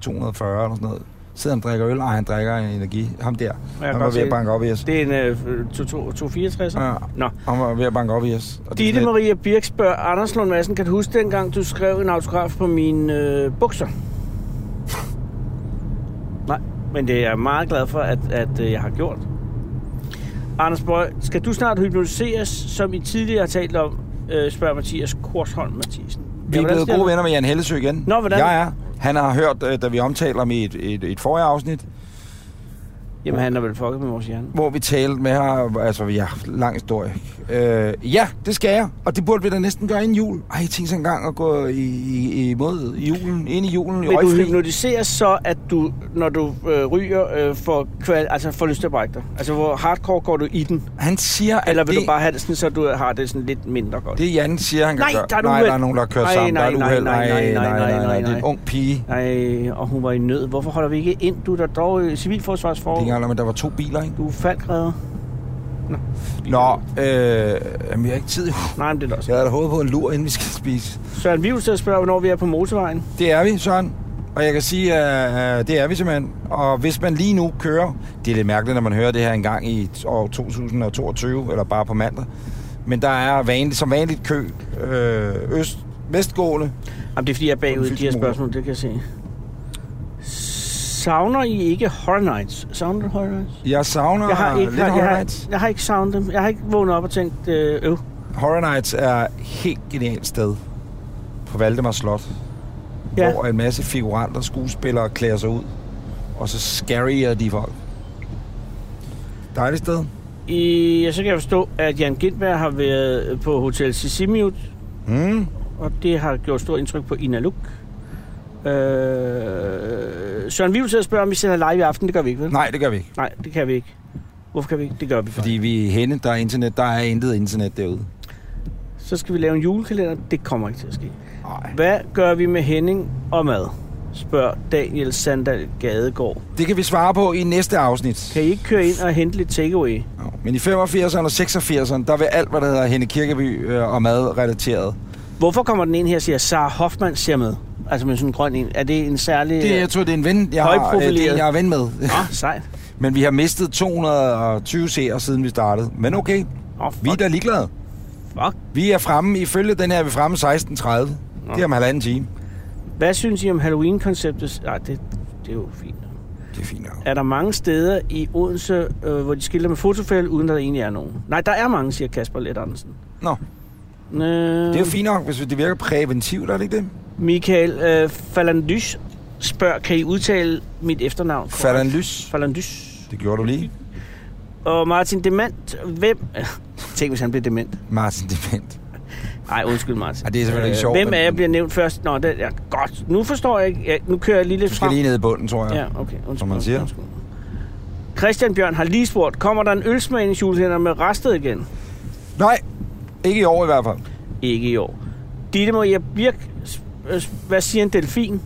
240 eller sådan noget. Sidder han og drikker øl, og han drikker en energi. Ham der. kan han var godt ved se at banke op i os. Det er en øh, 264. Ja, Nå. han var ved at banke op i os. Og det er Ditte sådan lidt- Maria Birk spørger, Anders Lund Madsen, kan du huske dengang, du skrev en autograf på mine øh, bukser? Nej, men det er jeg meget glad for, at, at øh, jeg har gjort. Anders Bøj, skal du snart hypnotiseres, som I tidligere har talt om, øh, spørger Mathias Korsholm Mathisen. Vi er hvordan blevet sker gode det? venner med Jan Hellesø igen. Nå, hvordan? Jeg er. Han har hørt, øh, da vi omtaler med et, et, et forrige afsnit, Jamen, han har vel fucket med vores hjerne. hvor vi talte med her, altså ja, lang historie. Øh, ja, det skal jeg, og det burde vi da næsten gøre inden jul. Ej, tænk så engang at gå i, i, imod julen, ind i julen i Men du røgfri. hypnotiseres så, at du, når du øh, ryger, øh, får, kval, altså får lyst til at brække dig? Altså, hvor hardcore går du i den? Han siger, at Eller vil det, du bare have det sådan, så du har det sådan lidt mindre godt? det Jan siger, han kan Nej, gøre. der er et nej, uheld. der er nogen, der har kørt Nej, sammen. nej, der er nej, et uheld. nej, nej, nej, nej, Det er en nej. ung pige. Det Nej, og hun var i nød. Hvorfor holder vi ikke ind? Du er da dog øh, er ikke civilforsvarsforhold. engang, men der var to biler, ikke? Du er faldgræder. Nå, øh, jamen, jeg har ikke tid. Nej, men det er da også. Jeg havde da håbet på en lur, inden vi skal spise. Søren Vivsted spørger, hvornår vi er på motorvejen. Det er vi, Søren. Og jeg kan sige, at øh, det er vi simpelthen. Og hvis man lige nu kører... Det er lidt mærkeligt, når man hører det her en gang i t- år 2022, eller bare på mandag. Men der er vanligt, som vanligt kø øh, øst, vestgående. Jamen, det er fordi, jeg er bagud i de her Motor. spørgsmål, det kan jeg se. Savner I ikke Horror Nights? Savner du Horror Nights? Jeg savner Jeg har ikke, Ah, lidt jeg, Horror har, Nights. jeg har ikke savnet dem. Jeg har ikke vågnet op og tænkt, øh, øv. Horror Nights er et helt genialt sted på Valdemars Slot, ja. Ja. hvor en masse figuranter, skuespillere klæder sig ud, og så scarier de folk. Dejligt sted. I, ja, så kan jeg forstå, at Jan Gindberg har været på Hotel Sisimiut, Mm. og det har gjort stort indtryk på Inaluk. Øh, Søren Vivsted spørger, om vi sender live i aften. Det gør vi ikke, vel? Nej, det gør vi ikke. Nej, det kan vi ikke. Hvorfor kan vi ikke? Det gør vi Fordi fordi... vi er henne, der er internet, der er intet internet derude. Så skal vi lave en julekalender. Det kommer ikke til at ske. Nej. Hvad gør vi med Henning og mad? Spørger Daniel Sandal Gadegaard. Det kan vi svare på i næste afsnit. Kan I ikke køre ind og hente lidt takeaway? Okay. Men i 85'erne og 86'erne, der vil alt, hvad der hedder Henne Kirkeby øh, og mad relateret. Hvorfor kommer den ind her og siger, Sara Hoffmann ser med? Altså med sådan en grøn en. Er det en særlig... Det, jeg tror, det er en ven, jeg, har, øh, det er, Højprofileret. en, jeg er ven med. Nå, sejt. Men vi har mistet 220 seere, siden vi startede. Men okay, Nå, fuck. vi er da ligeglade. Fuck. Vi er fremme, ifølge den her er vi fremme 16.30. Nå. Det er om halvanden time. Hvad synes I om Halloween-konceptet? Nej, det, det er jo fint. Det er fint nok. Er der mange steder i Odense, øh, hvor de skilter med fotofælde, uden at der egentlig er nogen? Nej, der er mange, siger Kasper Let Andersen. Nå, Øh, det er jo fint nok, hvis det virker præventivt, er det ikke det? Michael øh, Falandys spørger, kan I udtale mit efternavn? korrekt? Falandys. Falandys. Det gjorde du lige. Og Martin Dement, hvem... Tænk, hvis han bliver dement. Martin Dement. Nej, undskyld, Martin. Øh, Ja, det er selvfølgelig ikke sjovt, Hvem men- af jer bliver nævnt først? Nå, det er godt. Nu forstår jeg ikke. Ja, nu kører jeg lige lidt Du skal frem. lige ned i bunden, tror jeg. Ja, okay. Undskyld, Som man siger. Undskyld. Christian Bjørn har lige spurgt, kommer der en ølsmagningsjulehænder med restet igen? Nej, ikke i år i hvert fald. Ikke i år. Ditte Maria Birk, s- øh, s- hvad siger en delfin?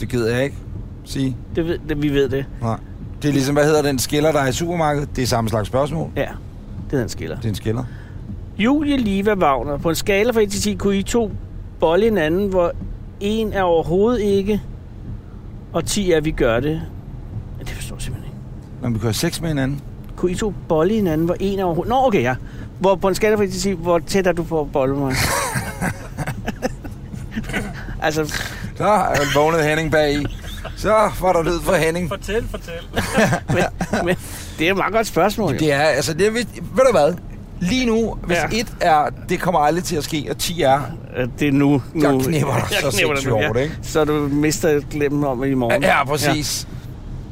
Det gider jeg ikke sige. Det ved, det, vi ved det. Nej. Det er ligesom, hvad hedder den skiller, der er i supermarkedet? Det er samme slags spørgsmål. Ja, det hedder en skiller. Det er en skiller. Julie Liva Wagner, på en skala fra 1 til 10, kunne I to bolle hinanden, hvor en er overhovedet ikke, og 10 er, vi gør det. Ja, Det forstår jeg simpelthen ikke. Når vi kører sex med hinanden. Kunne I to bolle hinanden, hvor en er overhovedet... Nå, okay, ja. Hvor, på en skala fra 1 til 10, hvor tæt er du på at bolle mig? altså, Så er vågnet Henning bag i. Så var der lyd for Henning. Fortæl, fortæl. men, men, det er et meget godt spørgsmål. Det... Det er, altså, det er, ved, ved du hvad? Lige nu, hvis Ja. ja. et er, det kommer aldrig til at ske, og 10 er, det er nu. nu Jeg knipper dig så knipper dig sindssygt nu, over det, ikke? Så du mister glemmen om i morgen. ja, præcis.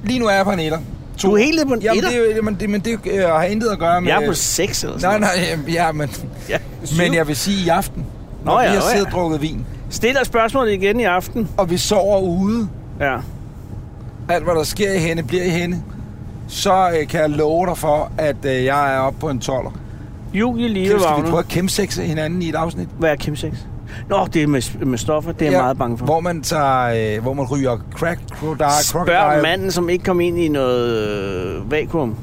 Ja. Lige nu er jeg på en etter. Ja. Du er helt på en Jamen, etter. det, er jo- men det, men det øh, har intet at gøre med... Jeg er på seks eller Nej, sådan nej, ja, men, Ja. men jeg vil sige i aften, når Nå ja, vi har nå ja. siddet og drukket vin, Stiller spørgsmålet igen i aften. og vi sover ude, Ja. alt hvad der sker i hende, bliver i hende, så øh, kan jeg love dig for, at øh, jeg er oppe på en toller. Julie Live Kæft, Skal vi prøve Wagner. at kæmpe sexe hinanden i et afsnit? Hvad er Kim 6? Nå, det er med, med stoffer. Det er jeg meget bange for. Hvor man, tager, øh, hvor man ryger crack, crocodile, Spørg manden, som ikke kom ind i noget øh, vakuum.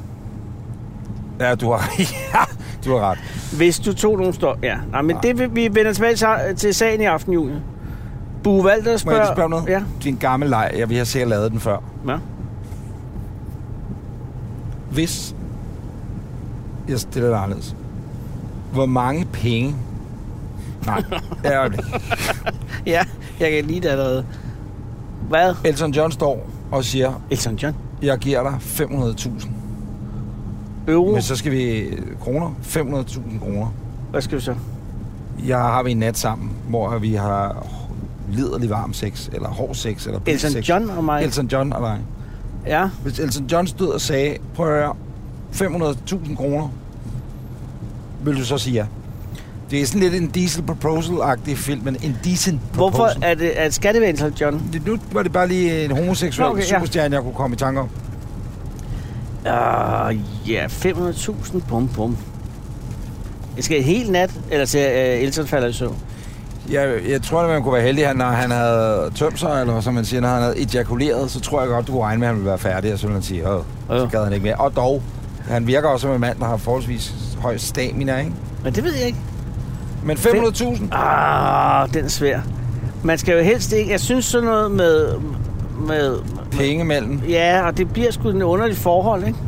Ja, du har, ja, du har ret. Hvis du tog nogle stoffer... Ja, Nej, men det vil vi vender tilbage til- til sagen i aften, Julie. Bue Valder Må jeg spørger... lige spørge om noget? Ja. Det er en gammel leg. Jeg vil have sikkert lavet den før. ja. Hvis jeg stiller dig anderledes. Hvor mange penge... Nej, det er det. Ja, jeg kan lide det allerede. Hvad? Elton John står og siger, Elton John. jeg giver dig 500.000. Euro. Men så skal vi... Kroner? 500.000 kroner. Hvad skal vi så? Jeg har vi en nat sammen, hvor vi har liderlig varm sex, eller hård sex, eller blid Elton sex. John og mig? Elton John og dig. Ja. Hvis Elton John stod og sagde, prøv at høre, 500.000 kroner, vil du så sige ja? Det er sådan lidt en diesel proposal-agtig film, men en decent proposal. Hvorfor er det, at skal det være Elton John? Det- Nu var det bare lige en homoseksuel Nå, okay, okay, ja. superstjerne, jeg kunne komme i tanke om. Ah, ja, 500.000, bum bum. Jeg skal en hel nat, eller til uh, Elton falder i søvn. Jeg, jeg tror, at man kunne være heldig, at når han havde tømt sig, eller som man siger, når han havde ejakuleret, så tror jeg godt, du kunne regne med, at han ville være færdig, og så ville han sige, åh, så Ja. gad han ikke mere. Og dog, han virker også som en mand, der har forholdsvis høj stamina, ikke? Men det ved jeg ikke. Men 500.000? Ah, den er svær. Man skal jo helst ikke... Jeg synes sådan noget med... med Penge mellem. ja, og det bliver sgu en underlig forhold, ikke?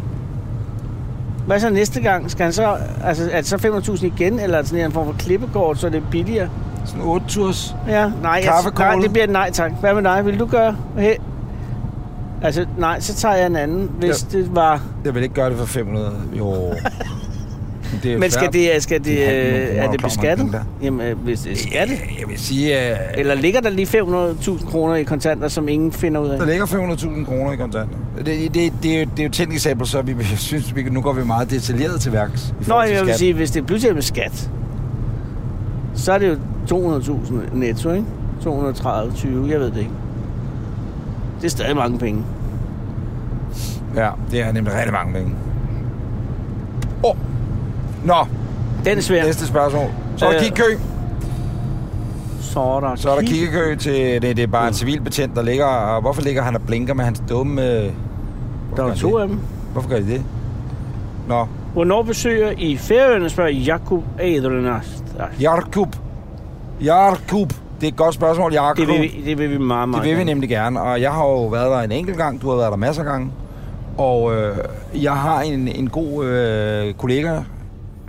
Hvad så næste gang? Skal han så... Altså, er det så 500.000 igen, eller er det sådan en form for klippekort, så er det billigere? Sådan 8 turs. Ja, nej, jeg, Kaffekål? nej, det bliver et nej tak. Hvad med dig? Vil du gøre? Hey. Altså, nej, så tager jeg en anden, hvis ja. det var... Jeg vil ikke gøre det for 500. Jo. Men Det er Men skal svært. det, skal det, Det er halv million øh, kroner, er der det kommer penge beskattet? der. Jamen, øh, hvis det er skattet. Jeg vil sige, at Eller ligger der lige 500.000 kroner i kontanter, som ingen finder ud af? der ligger 500.000 kroner i kontanter. Det, det, det, det, er jo- det er jo tændt eksempel, så vi, jeg synes, vi, nu går vi meget detaljeret til værks. i Nå, forhold til jeg vil skat. sige, hvis det pludselig er med skat, så er det jo 200.000 netto, ikke? 230, 20, jeg ved det ikke. Det er stadig mange penge. Ja, det er nemlig rigtig mange penge. Oh. Nå, Den er svær. næste spørgsmål. Så er der Øh. kikkø. Så er der, Så er der kig- kikkekø til... Det, det er bare en civilbetjent, der ligger... Og hvorfor ligger han og blinker med hans dumme... øh, Der er gør to det? af dem. Hvorfor gør de det? Nå, Hvornår besøger I Færøerne, spørger Jakob Adelnast. Jakob. Jakob. Det er et godt spørgsmål, Jakob. Det vil, vi, det vil vi meget, Det meget vil vi gerne. nemlig gerne, og jeg har jo været der en enkelt gang, du har været der masser af gange, og øh, jeg har en, en god øh, kollega,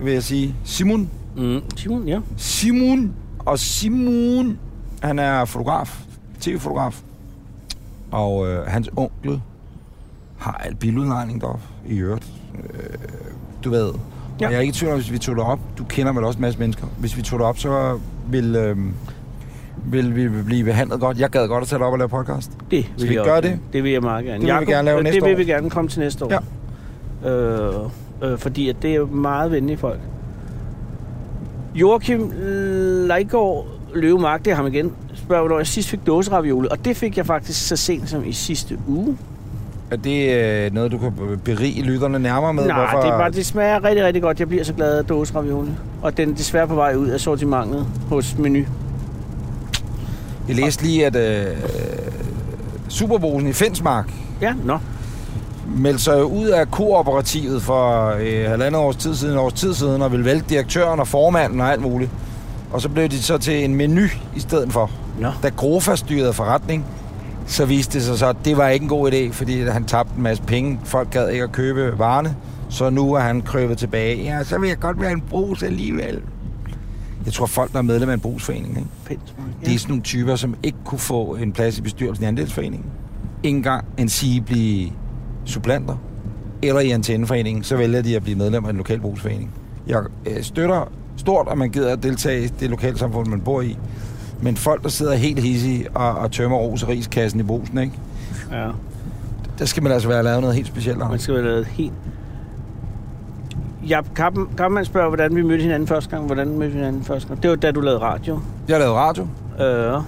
vil jeg sige, Simon, Mm. Simon, ja. Simon. Og Simon, han er fotograf, tv-fotograf. Og øh, hans onkel har alt biludlejning deroppe i øvrigt. Øh, du ved. Ja. Ja. Og jeg er ikke i tvivl om, hvis vi tog det op, du kender vel også en masse mennesker. Hvis vi tog det op, så vil, øh, vil vi blive behandlet godt. Jeg gad godt at tage det op og lave podcast. Det vi vil jeg ikke gøre også- det? Det vil jeg meget gerne. Det vil vi Jakob, gerne lave øh, næste Det vil år. vi gerne komme til næste år. Ja. Øh, øh, fordi at det er jo meget venlige folk. Joachim Leigård Løvemark, det er ham igen, spørger, hvornår jeg sidst fik dåseravioli. Og det fik jeg faktisk så sent som i sidste uge. Er det øh, noget, du kan berige lytterne nærmere med? Nej, Hvorfor- det, er bare, det smager rigtig, rigtig godt. Jeg bliver så glad af dåseravioli. Og den er desværre på vej ud af sortimentet hos Menu. Jeg læste lige, at øh, Superbowlen i Finsmark Ja, nå. meldte sig jo ud af kooperativet for øh, halvandet års tid siden, års tid siden, og ville vælte direktøren og formanden og alt muligt. Og så blev de så til en menu i stedet for. Nå. Da Grofa styrede forretning, så viste det sig så, at det var ikke en god idé, fordi han tabte en masse penge. Folk gad ikke at købe varerne, så nu er han krøbet tilbage. Ja, så vil jeg godt være en brus alligevel. Jeg tror, folk, der er medlem af en brugsforening, ikke? Pænt. Ja. Det er sådan nogle typer, som ikke kunne få en plads i bestyrelsen i andelsforeningen. Ikke engang en sige blive supplanter. Eller i antenneforeningen, så vælger de at blive medlem af en lokal brugsforening. Jeg øh, støtter stort, at man gider at deltage i det lokalsamfund, man bor i. Men folk, der sidder helt hissige og, og tømmer ros og riskassen i brusen, ikke? Ja. der skal man altså være lavet noget helt specielt. Man Anders. skal være lavet helt... Ja, Kappen, Kappen spørger, hvordan vi mødte hinanden første gang. Hvordan mødte vi hinanden første gang? Det var da du lavede radio. Jeg lavede radio. Øh,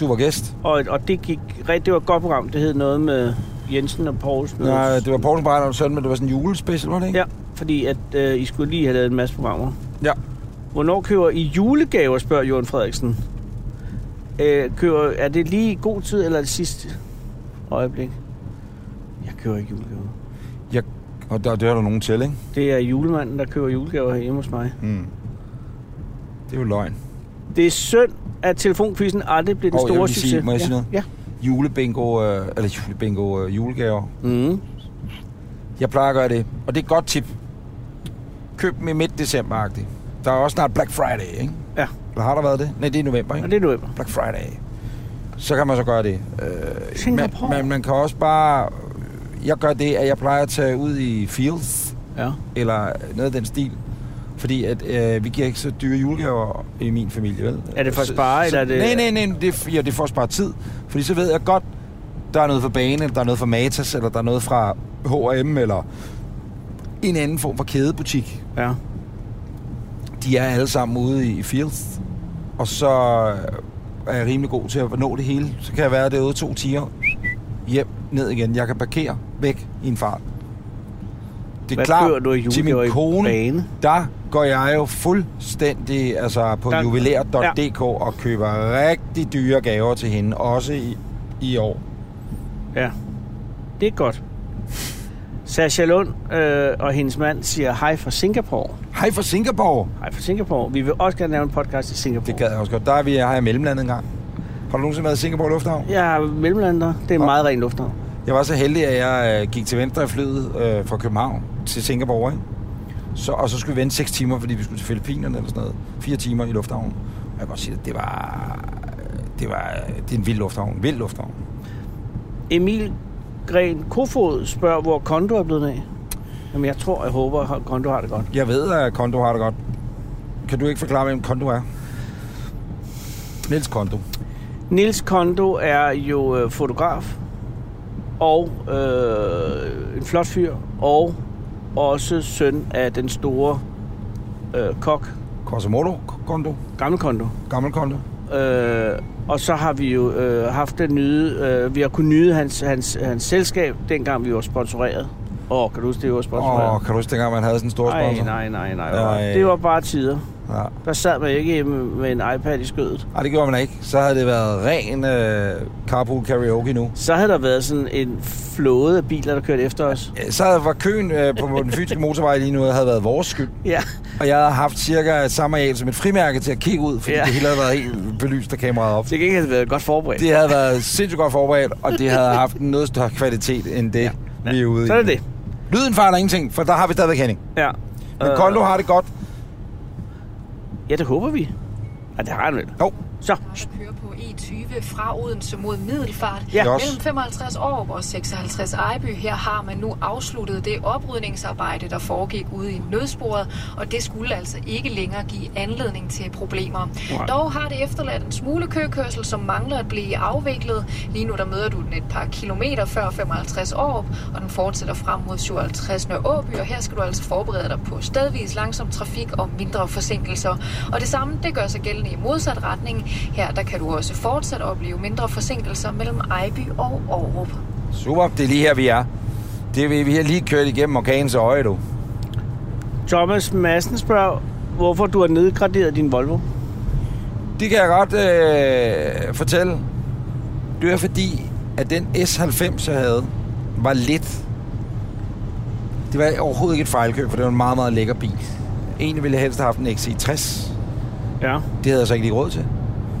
Du var gæst. og, og det gik rigtig... Det var et godt program. Det hed noget med Jensen og Poulsen. Nej, øh, det var Poulsen Brejner og Søn, men det var sådan en julespecial, var det ikke? Ja, fordi at øh, I skulle lige have lavet en masse programmer. Ja. Hvornår køber I julegaver, spørger Jørgen Frederiksen. Øh, køber, er det lige i god tid, eller er det sidste øjeblik? Jeg køber ikke julegaver. Jeg, og der, der er der nogen til, ikke? Det er julemanden, der køber julegaver hjemme hos mig. Mm. Det er jo løgn. Det er synd, at telefonkvisen aldrig blev den Åh, store jeg vil lige succes. sige- må jeg sige ja. noget? Ja. julebingo, øh, eller julebingo, øh, julegaver. Mm. Jeg plejer at gøre det, og det er et godt tip. Køb dem i midt december -agtigt. Der er også snart Black Friday, ikke? Ja. Eller har der været det? Nej, det er i november, ikke? Og det er november. Black Friday. Så kan man så gøre det. Øh, men, Singapore. men man kan også bare... Jeg gør det, at jeg plejer at tage ud i Fields, Ja. eller noget af den stil. Fordi at, øh, vi giver ikke så dyre julegaver i min familie, vel? Er det for at Så- spare, så- eller er det- Nej, nej, nej, det, er- ja, det er for at spare tid. Fordi så ved jeg godt, der er noget fra Bane, eller der er noget fra Matas, eller der er noget fra H&M, eller en anden form for kædebutik. ja. De er alle sammen ude i Fields. Og så øh, er jeg rimelig god til at nå det hele. Så kan jeg være derude to timer, hjem, ned igen. Jeg kan parkere væk i en fart. Det er Hvad klart, køber du i til julegaver min i kone, Bane? der går jeg jo fuldstændig altså på Der- juveler.dk og køber rigtig dyre gaver til hende, også i, i år. Ja. Det er godt. Sasha Lund øh, og hendes mand siger hej fra Singapore. Hej fra Singapore. Hej fra Singapore. Vi vil også gerne lave en podcast i Singapore. Det gad jeg også godt. Der er vi her i mellemlandet engang. Har du nogensinde været i Singapore Lufthavn? Jeg er mellemlander. Det er en Nå. meget ren lufthavn. Jeg var så heldig, at jeg øh, gik til venstre i flyet øh, fra København til Singapore, ikke? Så, og så skulle vi vente 6 timer, fordi vi skulle til Filippinerne eller sådan noget. 4 timer i lufthavnen. Og jeg kan godt sige, at det var... øh, Det var... Det er en vild lufthavn. Vild lufthavn. Emil Gren Kofod spørger, hvor Kondo er blevet af. Jamen, jeg tror, jeg håber, at Kondo har det godt. Jeg ved, at Kondo har det godt. Kan du ikke forklare, hvem Kondo er? Niels Kondo. Nils Kondo er jo øh, fotograf og øh, en flot fyr, og også søn af den store øh, kok, Cosimodo Kondo. Gammel Kondo. Gammel Kondo. Øh, og så har vi jo øh, haft den nyde, øh, vi har kunnet nyde hans, hans, hans selskab, dengang vi var sponsoreret. Åh, kan du huske, det vi var Åh, sponsoreret? kan du huske, dengang man havde sådan en stor nej, sponsor? nej, nej, nej, Nej. nej. Det var bare tider. Ja. Der sad man ikke hjemme med en iPad i skødet. Ej, det gjorde man ikke. Så havde det været ren øh, carpool karaoke nu. Så havde der været sådan en flåde af biler, der kørte efter os. Øh, Så havde- var køen øh, på den fysiske motorvej lige nu, havde været vores skyld. Ja, Og jeg havde haft cirka samme areal som et frimærke til at kigge ud, fordi ja. Ja. det hele havde været helt belyst af kameraet op. det kan ikke have været godt forberedt. Det havde været sindssygt godt forberedt, og det havde haft en noget større kvalitet end det, ja. vi er ude Så i. er det det. Øh. Lyden fejler ingenting, for der har vi stadigvæk Henning. Ja. Men Kondo har det godt. Ja, det håber vi. Ja, det har han vel. Jo. Så. der kører på E20 fra Odense mod Middelfart. Ja. Yes. Mellem 55 år og 56 Ejby, her har man nu afsluttet det oprydningsarbejde, der foregik ude i nødsporet, og det skulle altså ikke længere give anledning til problemer. Nej. Dog har det efterladt en smule køkørsel, som mangler at blive afviklet. Lige nu der møder du den et par kilometer før 55 år, og den fortsætter frem mod 57 Nørre Åby, og her skal du altså forberede dig på stedvis langsom trafik og mindre forsinkelser. Og det samme, det gør sig gældende i modsat retning. Her der kan du også fortsat opleve mindre forsinkelser mellem Ejby og Aarup. Super, det er lige her, vi er. Det er, vi vi har lige kørt igennem orkanens øje, du. Thomas Madsen spørger, hvorfor du har nedgraderet din Volvo. Det kan jeg godt øh, fortælle. Det er fordi, at den S90, jeg havde, var lidt... Det var overhovedet ikke et fejlkøb, for det var en meget, meget lækker bil. Egentlig ville jeg helst have haft en XC60. Ja. Det havde jeg så ikke lige råd til.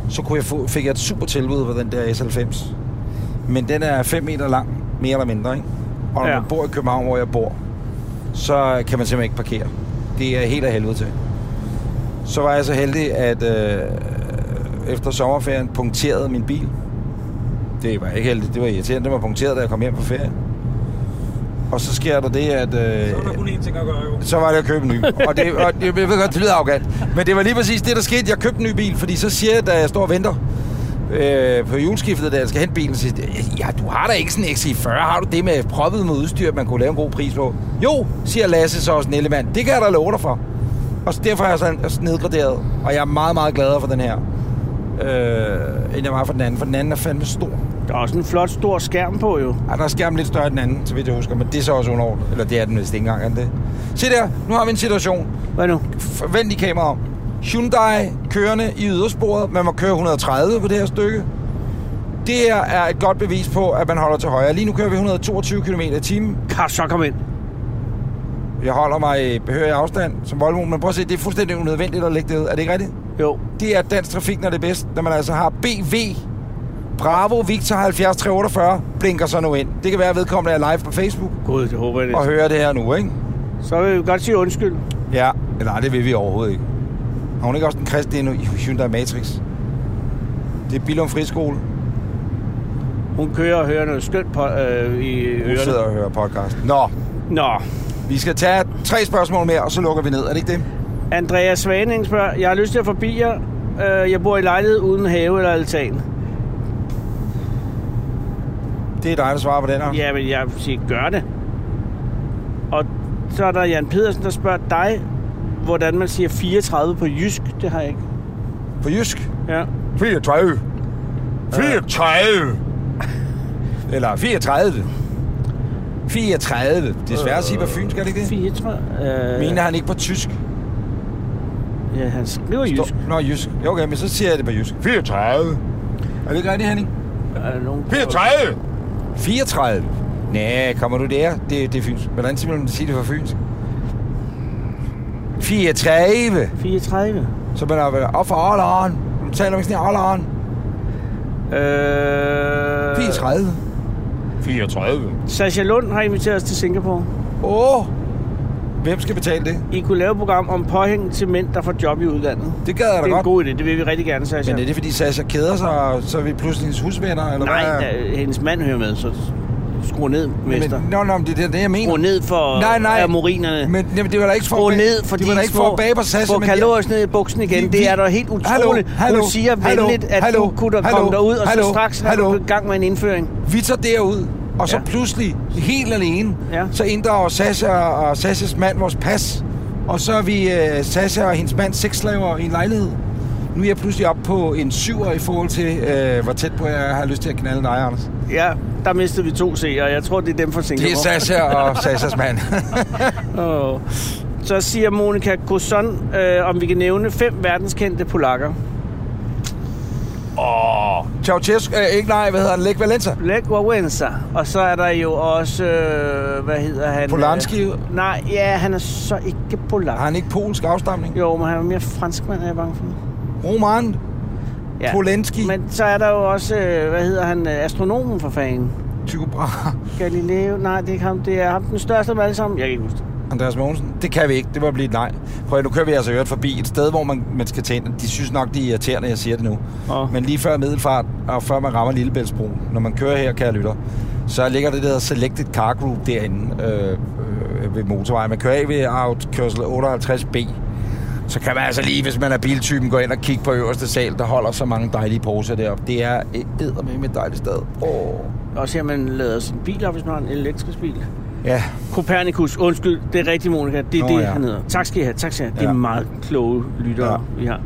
Så kunne jeg få, fik jeg et super tilbud på den der S90. Men den er 5 meter lang, mere eller mindre, ikke? Og når Ja. ja. man bor i København, hvor jeg bor, så kan man simpelthen ikke parkere. Det er helt af helvede til. Så var jeg så heldig, at øh, efter sommerferien punkterede min bil. Det var ikke heldigt, det var irriterende. Det var punkteret, da jeg kom hjem på ferie. Og så sker der det, at... Øh, Så er der kun én ting at gøre, jo. så var det at købe en ny. Og, det, og det, jeg ved godt, det lyder arrogant. Men det var lige præcis det, der skete. Jeg købte en ny bil, fordi så siger jeg, da jeg står og venter øh, på juleskiftet, da jeg skal hente bilen, så siger jeg, ja, du har da ikke sådan en XC40, har du det med proppet med udstyr, man kunne lave en god pris på? Jo, siger Lasse så også en ellemand. Det kan jeg da love dig for. Og så derfor er jeg sådan også nedgraderet, og jeg er meget, meget gladere for den her, øh, end jeg var for den anden. For den anden er fandme stor. Der er også en flot stor skærm på jo. Ej, der er skærmen lidt større end den anden, så vidt jeg husker, men det er så også underordnet. Eller det er den vist ikke engang, er den det? Se der, nu har vi en situation. Hvad nu? F- Vend i kameraet om. Hyundai kørende i ydersporet. Man må køre 130 på det her stykke. Det her er et godt bevis på, at man holder til højre. Lige nu kører vi 122 km i timen. Kan så kom ind. Jeg holder mig i behørig afstand som Volvo, men prøv at se, det er fuldstændig unødvendigt at lægge det ud. Er det ikke rigtigt? Jo. Det er dansk trafik, når det er bedst, når man altså har BV. Bravo Victor 70 348 blinker så nu ind. Det kan være, at vedkommende er live på Facebook Gud, det håber jeg og det. hører det her nu, ikke? Så vil vi godt sige undskyld. Ja, eller nej, det vil vi overhovedet ikke. Har hun ikke også den kristne endnu i Hyundai Matrix? Det er Billum Friskole. Hun kører og hører noget skønt på, øh, i Hun sidder ørerne. og hører podcast. Nå, Nå. vi skal tage tre spørgsmål mere, og så lukker vi ned. Er det ikke det? Andreas Svaning spørger, jeg har lyst til at forbi jer. Øh, jeg bor i lejlighed uden have eller altan. Det er dig, der svarer på den her. Ja, men jeg vil sige, gør det. Og så er der Jan Pedersen, der spørger dig, hvordan man siger 34 på jysk. Det har jeg ikke. På jysk. Ja. 34. Øh. 34. Eller 34. 34. Det er svært at sige på fynsk, er det ikke det? 34. Øh, Mener han ikke på tysk? Ja, han skriver jysk. Stå- Nå, jysk. Jo, okay, men så siger jeg det på jysk. 34. Er det ikke rigtigt, Henning? Er der nogen, 34! 34? Næh, kommer du der? Det, det er fynsk. Hvordan siger man sige det for fynsk? 34! 34. Så man er vel op for alderen. Du taler med sådan her alderen. Øh, 34. 34? Sasha Lund har inviteret os til Singapore. Åh! Oh, hvem skal betale det? I kunne lave et program om påhæng til mænd, der får job i udlandet. Det gad jeg da Det er en godt. god idé. Det vil vi rigtig gerne, Sasha. Men er det fordi Sasha keder sig, og så er vi pludselig hendes husvenner? Eller Nej, hvad? da, hendes mand hører med, så skru ned, mester. Men, nå, nå, men det er det, jeg mener. Skru ned for nej, nej. amorinerne. Men jamen, det var da ikke for Skru at bag- ned for det var da de ikke for at bage på Sasha. få men- kalorier ned i buksen igen. Vi- det vi- er da helt utroligt. Hallo, hallo, Hun siger hallo, venligt, at hallo, du kunne da komme hallo, derud, og så hallo, straks har hallo. du i gang med en indføring. Vi tager derud, og så Ja. ja. pludselig, helt alene, Ja. ja. så inddrager Sasha og Sashas mand vores pas. Og så er vi øh, Sasha og hendes mand sexslaver i en lejlighed. Nu er jeg pludselig oppe på en syver i forhold til, øh, hvor tæt på jeg har lyst til at knalde dig, Anders. Ja, der mistede vi to seere. Jeg tror, det er dem fra Singapore. Det er Sasha og Sashas mand. Åh. Så siger Monika Kosson, øh, om vi kan nævne fem verdenskendte polakker. Ceausescu, øh, ikke nej, hvad hedder han? Lech Valenza. Lech Wałęsa. Og så er der jo også, øh, hvad hedder han? Polanski. Øh, Nej, ja, han er så ikke polak. Har han ikke polsk afstamning? Jo, men han er mere franskmand, er jeg bange for. Roman, Ja. Polanski, Men så er der jo også, øh, hvad hedder han, øh, astronomen for fanden. Tycho Brahe. Galileo, nej, det er ikke ham. Det er ham, den største af dem alle sammen. Jeg kan ikke huske det. Andreas Mogensen? Det kan vi ikke. Det må blive et nej. Prøv at, nu kører vi altså hørt forbi et sted, hvor man, man skal tænde. De synes nok, det er irriterende, jeg siger det nu. Åh. Men lige før Middelfart, og før man rammer Lillebæltsbro, når man kører her, kære lytter, så ligger det, der hedder Selected Car Group derinde øh, øh, ved motorvejen. Man kører af ved afkørsel 58B. Så kan man altså lige, hvis man er biltypen, gå ind og kigge på øverste sal. Der holder så mange dejlige poser deroppe. Det er eddermame et dejligt sted. Åh. Også her, man lader sin bil op, hvis man har en elektrisk bil. Ja, Copernicus, undskyld, det er rigtigt, Monika. Det er Nå, det, ja. han hedder. Tak skal I have, tak skal I have. Det er Ja. meget kloge lyttere, Ja. vi har. Og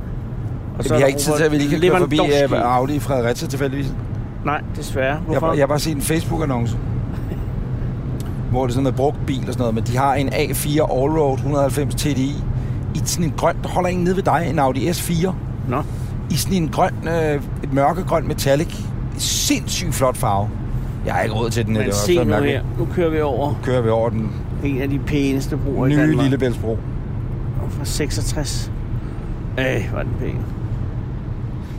vi er har der ikke tid til, Robert at vi lige kan køre forbi Lewandowski. øh, Audi i Fredericia tilfældigvis. Nej, desværre. Jeg, Hvorfor? jeg har bare set en Facebook-annonce, hvor det er sådan noget brugt bil og sådan noget, men de har en A4 Allroad 190 TDI i sådan en grøn, der holder en nede ved dig, en Audi S4, Nå, i sådan en grøn, øh, et mørkegrøn metallic. Sindssygt flot farve. Jeg har ikke råd til den. men det var se så nu mærkeligt. her. Nu kører vi over Kører vi over den en af de pæneste broer i nye Danmark. Lillebæltsbro. Fra 66. Øh, var den pæn.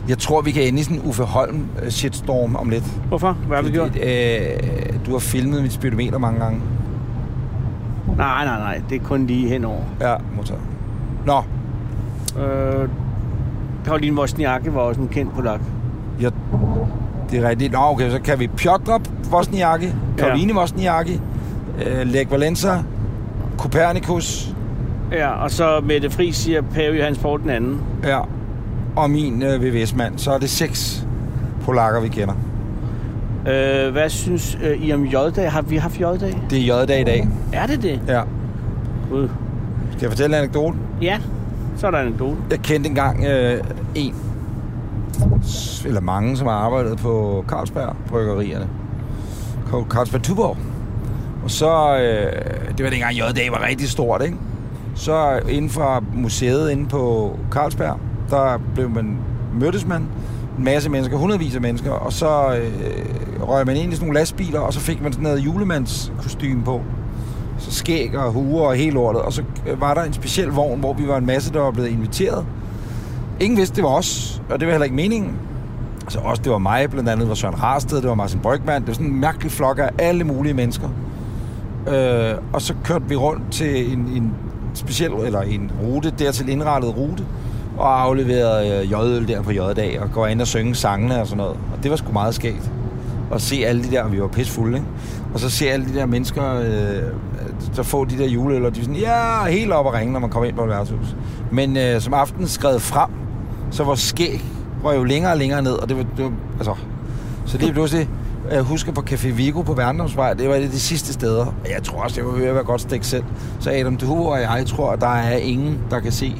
Jeg tror, vi kan ende i sådan en Uffe Holm øh, shitstorm om lidt. Hvorfor? Hvad har vi gjort? Øh, du har filmet mit speedometer mange gange. Nej, nej, nej. Det er kun lige henover. Ja, modtaget. Nå, Øh, Pauline Wozniacki var også en kendt polak. Ja, det er rigtigt. Nå, okay, så kan vi Piotr Vosniaki, Karoline ja. Vosniaki, øh, Lech Valenza, Copernicus, Ja, og så Mette Friis siger Pave Johannes Paul den anden. ja, og min øh, VVS-mand. Så er det seks polakker, vi kender. Øh, hvad synes øh, I om J-dag? Har vi haft J-dag? Det er J-dag i dag. Er det det? Ja. Gud. Skal jeg fortælle en anekdote? Ja, så er der en anekdote. Jeg kendte engang øh, en, s- eller mange, som har arbejdet på Carlsberg Bryggerierne. På Carlsberg Tuborg. Og så, øh, det var dengang J-dag var rigtig stort, ikke? Så øh, inden for museet inde på Carlsberg, der blev man, mødtes man, en masse mennesker, hundredvis af mennesker, og så øh, røg man ind i sådan nogle lastbiler, og så fik man sådan noget julemandskostyme på. Så skæg og huer og hele lortet. Og så øh, var der en speciel vogn, hvor vi var en masse, der var blevet inviteret. Ingen vidste, det var os, og det var heller ikke meningen. Altså også, det var mig, blandt andet var Søren Harsted, det var Martin Brygman. Det var sådan en mærkelig flok af alle mulige mennesker. Øh, og så kørte vi rundt til en, en speciel, eller en rute, dertil indrettet rute, og afleverede øh, jødøl der på jøddag, og går ind og synge sangene og sådan noget. Og det var sgu meget skægt. Og se alle de der, vi var pissfulde, ikke? Og så se alle de der mennesker, øh, der får de der juleøl, og de er sådan, ja, helt op og ringe, når man kommer ind på et værtshus. Men øh, som aftenen skred frem, så var skæg, var jo længere og længere ned, og det var, det var altså, så lige pludselig, jeg husker på Café Vigo på Værndomsvej, det var et af de sidste steder. Og Jeg tror også, jeg var ved at være godt stik selv. Så Adam Duhur og jeg tror, at der er ingen, der kan se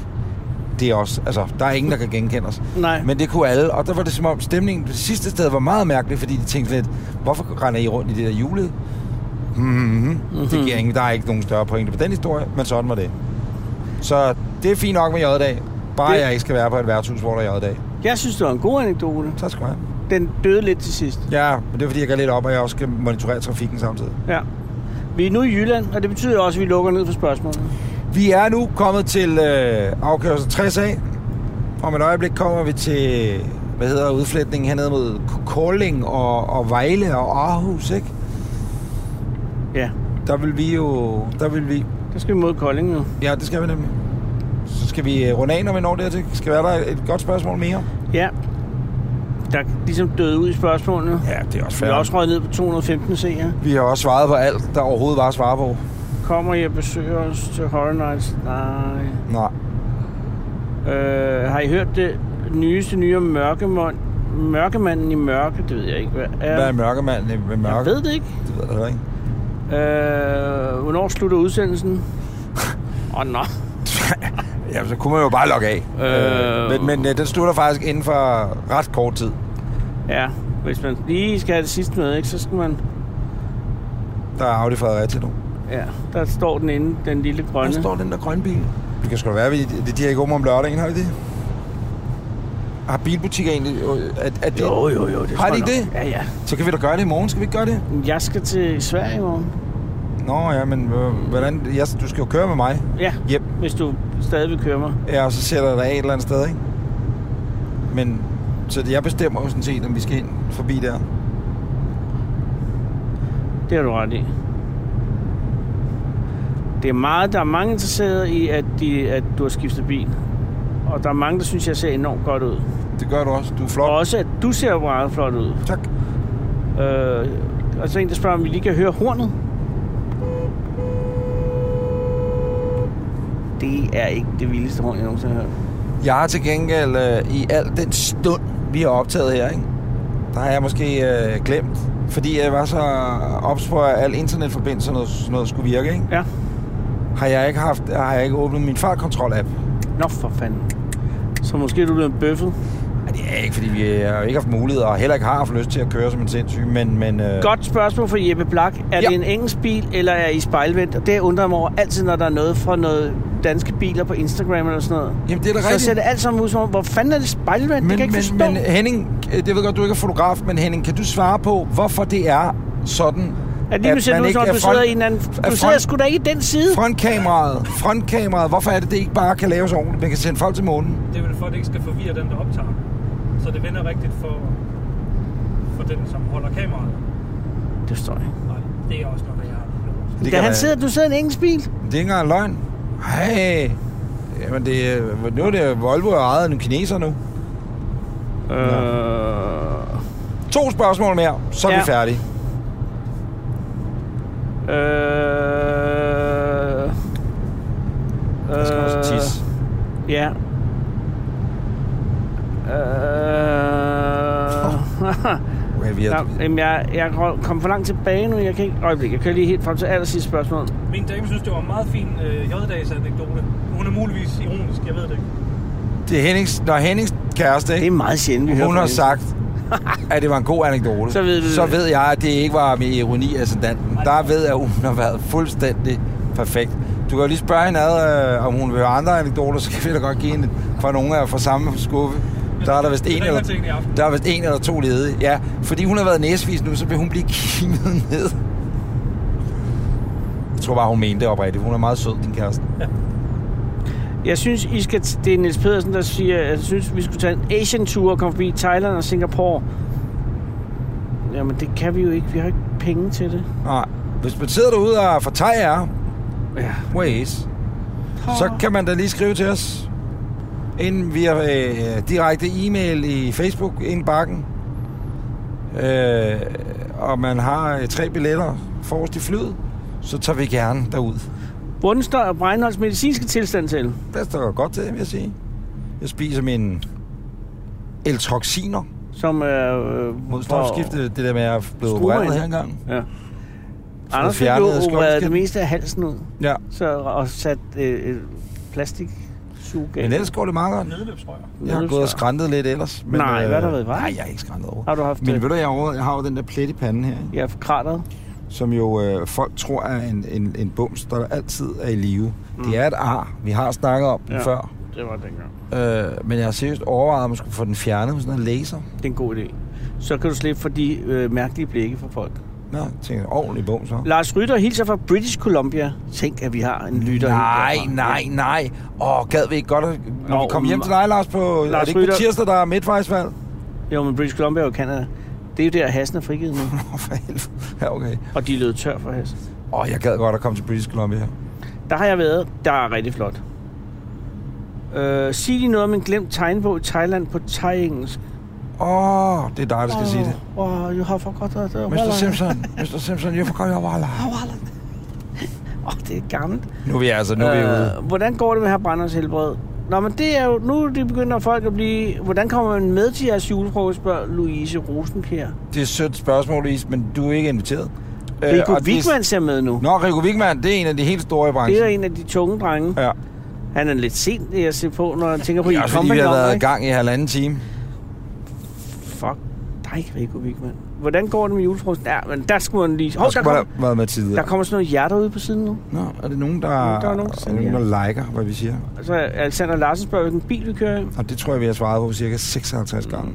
det er os. Altså, der er ingen, der kan genkende os. Nej. Men det kunne alle, og der var det som om stemningen på det sidste sted var meget mærkelig, fordi de tænkte lidt, hvorfor render I rundt i det der julet? Mm-hmm. Det giver ingen, der er ikke nogen større pointe på den historie, men sådan var det. Så det er fint nok med jøddag. Bare Det- det... jeg ikke skal være på et værtshus, hvor der er jøddag. Jeg synes, det var en god anekdote. Tak skal du have. Den døde lidt til sidst. Ja, men det er fordi, jeg går lidt op, og jeg også skal monitorere trafikken samtidig. Ja. Vi er nu i Jylland, og det betyder også, at vi lukker ned for spørgsmålene. Vi er nu kommet til øh, afkørsel 60A. Om et øjeblik kommer vi til, hvad hedder udflætningen hernede mod K- Kolding og, og Vejle og Aarhus, ikke? Ja, Der vil vi jo, der vil vi, der skal vi mod Kolding nu. ja, det skal vi nemlig. Så skal vi øh, runde af, når vi når dertil. Skal være der et godt spørgsmål mere? Ja. Der er ligesom døde ud i spørgsmålene. Ja, det er også Vi er også Også... røget ned på 215 C, ja. Vi har også svaret på alt, der overhovedet var at svare på. Kommer I og besøger os til Horror Nights? Nej. Nej. Øh, har I hørt det nyeste nye om mørkemand? Mørkemanden i mørke? Det ved jeg ikke, hvad er. Hvad er mørkemand i- med mørke? Jeg ved det ikke. Det ved jeg heller ikke. Øh, hvornår slutter udsendelsen? Åh, oh, nej. Ja, så kunne man jo bare logge af. Øh. Øh... Men, men øh, den slutter faktisk inden for ret kort tid. Ja, hvis man lige skal have det sidste med, ikke, så skal man... Der er Audi Fredericia nu. Ja, der står den inde, den lille grønne. Der står den der grønne bil. Det kan sgu da være, at de, de har ikke åbent om lørdagen, har de det? Har bilbutikker egentlig... øh, Er, er det, Jo, jo, jo. Det Har tror de jeg det? nok. Ja, ja. Så kan vi da gøre det i morgen, skal vi ikke gøre det? Jeg skal til Sverige i morgen. Nå ja, men øh, hvordan, jeg, du skal jo køre med mig Ja, hjem, hvis du stadig vil køre mig. ja, og så sætter jeg dig af et eller andet sted, ikke? Men, så jeg bestemmer jo sådan set, om vi skal ind forbi der. Det har du ret i. Det er meget, der er mange interesserede i, at, de, at du har skiftet bil. Og der er mange, der synes, jeg ser enormt godt ud. Det gør du også. Du er flot. Og også, at du ser meget flot ud. Tak. Øh, og så er en, der spørger, om vi lige kan høre hornet. Det er ikke det vildeste horn, jeg nogensinde har hørt. Jeg har til gengæld øh, i al den stund, vi har optaget her, ikke? der har jeg måske øh, glemt, fordi jeg var så ops på, at al internetforbindelse og noget, sådan noget skulle virke, ikke? Ja. har jeg ikke, haft, har jeg ikke åbnet min fartkontrol-app. Nå for fanden. Så måske er du blevet bøffet. Ej, det er ikke, fordi vi har jo ikke haft mulighed, og heller ikke har haft lyst til at køre som en sindssyg, men... men øh, Godt spørgsmål fra Jeppe Blak. Er Ja. ja. det en engelsk bil, eller er I spejlvendt? Og det undrer jeg mig over altid, når der er noget fra noget danske biler på Instagram eller sådan noget. Jamen, det er da Så rigtigt. ser det alt sammen ud som om, hvor fanden er det spejlvendt? Det kan jeg ikke forstå. men, men Henning, øh, det ved godt, du ikke er fotograf, men Henning, kan du svare på, hvorfor det er sådan, at lige nu ser det ud som om, du sidder i en anden... Du sidder sgu da ikke i den side. frontkameraet, frontkameraet, hvorfor er det, det ikke bare kan laves ordentligt? Man kan sende folk til månen. Det er vel for, at det ikke skal forvirre den, der optager. Så det vender rigtigt for, for den, som holder kameraet. Det står jeg. Nej, det er også noget, jeg har. Det Da kan han være- sidder, du sidder i en engelsk bil. Det er ikke engang løgn. Hey. Jamen, det, er- nu er det Volvo og ejet af nogle kineser nu. Øh... To spørgsmål mere, så er ja. Ja. vi færdige. Øh... Jeg skal også Øh, tisse. Ja. Øh... Okay, vi er, Nå, jamen, jeg, jeg kom for langt tilbage nu. Jeg kan ikke... Øjeblik, jeg kører lige helt frem til allersidste spørgsmål. Min dame synes, det var en meget fin øh, J-dags-anekdote. Hun er muligvis ironisk, jeg ved det ikke. det er Hennings, når Hennings kæreste, Det er ikke? meget sjældent, vi hører hun fra har hende. sagt, at det var en god anekdote, Så ved vi så det. ved jeg, at det ikke var med ironi af sedanten. Der ved jeg, at hun har været fuldstændig perfekt. Du kan jo lige spørge hende ad, øh, om hun vil høre andre anekdoter, så kan vi da godt give hende fra nogle af fra samme skuffe. Der er der vist Det en ringer eller, til hende i aften. der er vist en eller to ledige. Ja, fordi hun har været næsvis nu, så vil hun blive kimet ned. Jeg tror bare, hun mente det oprigtigt. Hun er meget sød, din kæreste. Jeg synes, I skal t- det er Niels Pedersen, der siger, at jeg synes, vi skulle tage en Asian tour og komme forbi Thailand og Singapore. Jamen, det kan vi jo ikke. Vi har ikke penge til det. Nej. Hvis man sidder derude og fortejer jer, Ja. ways, så kan man da lige skrive til os. Inden via øh, direkte e-mail i Facebook indbakken. Øh, og man har øh, tre billetter forrest i flyet, så tager vi gerne derud. Hvordan står Breinholds medicinske tilstand til? Det står godt til, vil jeg sige. Jeg spiser min eltroxiner Som øh, mod stofskiftet. Det der med, at jeg er blevet opereret Stuerene. her engang. Ja. Anders fik fjernet jo opereret skulderskin. det meste af halsen ud, Ja. så, og sat øh, øh, plastik Men ellers går det meget godt. Nedløbsrør. Jeg har gået og skræntet lidt ellers. Men, øh, Nej, hvad har der været i vejen? Nej, jeg har ikke skræntet over. Har du haft Men det? ved du, jeg, har- jeg har jo den der plet i panden her, ikke? Ja, krateret. som jo øh, folk tror er en, en, en bums, der altid er i live. Mm. Det er et ar. Vi har snakket om den Ja. før. Det var dengang. Øh, men jeg har seriøst overvejet, om man skulle få den fjernet med sådan en laser. Det er en god idé. Så kan du slippe for de øh, mærkelige blikke fra folk. Nå, jeg tænkte, ordentlig bums, hva'? Lars Rytter hilser fra British Columbia. Tænk, at vi har en lytter. helt Nej, derfra. nej, nej. Åh, gad vi ikke godt, at- når vi Nå, kom hjem mm. til dig, Lars, på, Lars er Lars det ikke på Rytter. tirsdag, der er midtvejsvalg? Jo, men British Columbia er jo Canada. Det er jo der, hassen er frigivet nu. Åh, for helvede. Ja, okay. Og de lød tør for hassen. Åh, jeg gad godt at komme til British Columbia. Der har jeg været. Der er rigtig flot. Øh, sig lige noget om en glemt tegnebog i Thailand på thai-engelsk. Åh, det er dig, der skal oh. sige det. Wow, you have forgotten the Mr. Simpson, Mr. Simpson, jeg forgår jeg var Åh, oh, det er gammelt. Nu er vi altså, nu er vi ude. Øh, hvordan går det med her Branders helbred? Nå, men det er jo... Nu de begynder folk at blive... Hvordan kommer man med til jeres julefrokost, spørger Louise Rosenkjær. Det er et sødt spørgsmål, Is, men du er ikke inviteret. Øh, Rico og det- Wigman ser med nu. Nå, altså- Rico Wigman, det er en af de helt store i branchen. Det er en af de tunge drenge. Ja, Han er lidt sent det jeg ser på, når jeg tænker på det er I også fordi, vi har Company, været i ikke? gang i halvanden time. Fuck dig, Rico Wigman. Hvordan går det med julefrosten? Ja, men der skulle man lige... Hov, Hov, der der, skulle kom, have været med der tidligere. kommer sådan noget hjerter ude på siden nu. Nå, er det nogen, der, Der var nogen, der er sagde nogen, der liker, hvad vi siger? Så Altså, Alexander Larsen spørger, hvilken bil vi kører i. Og det tror jeg, vi har svaret på cirka Mm. 56 gange.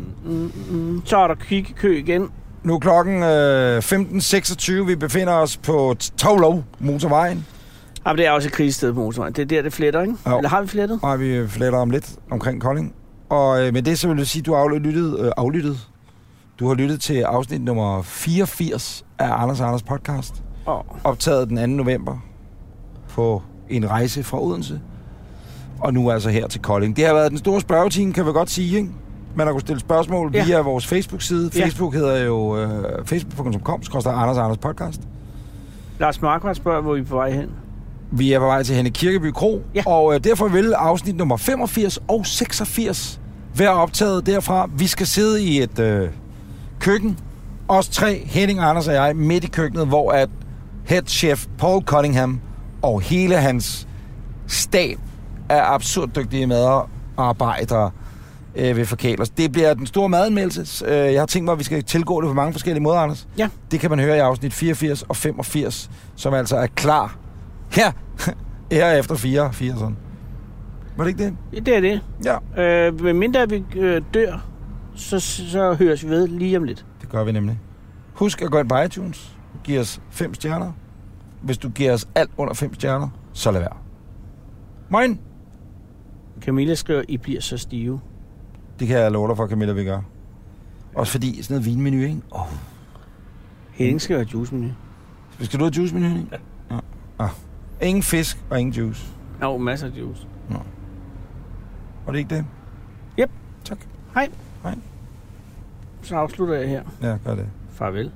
Så er der kikkekø igen. Nu er klokken øh, 15.26. Vi befinder os på Tovlov Motorvejen. Ja, Ah, men det er også et krisested på motorvejen. Det er der, det fletter, ikke? Jo. Eller har vi flettet? Og vi fletter om lidt omkring Kolding. Og øh, med det, så vil jeg sige, at du har aflyttet, øh, aflyttet. Du har lyttet til afsnit nummer 84 af Anders og Anders podcast. Åh. optaget den 2. november. på en rejse fra Odense, og nu altså her til Kolding. Det har været den store spørgetime, kan vi godt sige, ikke? Man har kunnet stille spørgsmål Ja. ja. via vores Facebook-side. Ja. Facebook ja. hedder jo øh, facebook.com, skrøster Anders og Anders Podcast. Lars Markvart spørger, hvor I er på vej hen. Vi er på vej til Henne Kirkeby Kro, Ja. ja. og øh, derfor vil afsnit nummer 85 og 86 være optaget derfra. Vi skal sidde i et øh, køkken, os tre, Henning, Anders og jeg, midt i køkkenet, hvor at headchef Paul Cunningham og hele hans stab af absurd dygtige medarbejdere øh, vil forkæle os. Det bliver den store madanmeldelse. Øh, jeg har tænkt mig, at vi skal tilgå det på mange forskellige måder, Anders. Ja. Det kan man høre i afsnit 84 og 85, som altså er klar her, her efter 84. Var det ikke det? Ja, det er det. Ja. Øh, men mindre vi øh, dør, så, så høres vi ved lige om lidt. Det gør vi nemlig. Husk at gå ind på iTunes. Giv os 5 stjerner. Hvis du giver os alt under 5 stjerner, så lad være. Moin! Camilla skriver, I bliver så stive. Det kan jeg love dig for, Camilla, vi gør. Også fordi sådan noget vinmenu, ikke? Åh, oh, Henning skriver juicen. skal du have juice menu, ikke? Ja. Ah. Ingen fisk og ingen juice. Jo, masser af juice. Var det ikke det? Yep. Tak. Så afslutter jeg her. Ja, gør det. Farvel.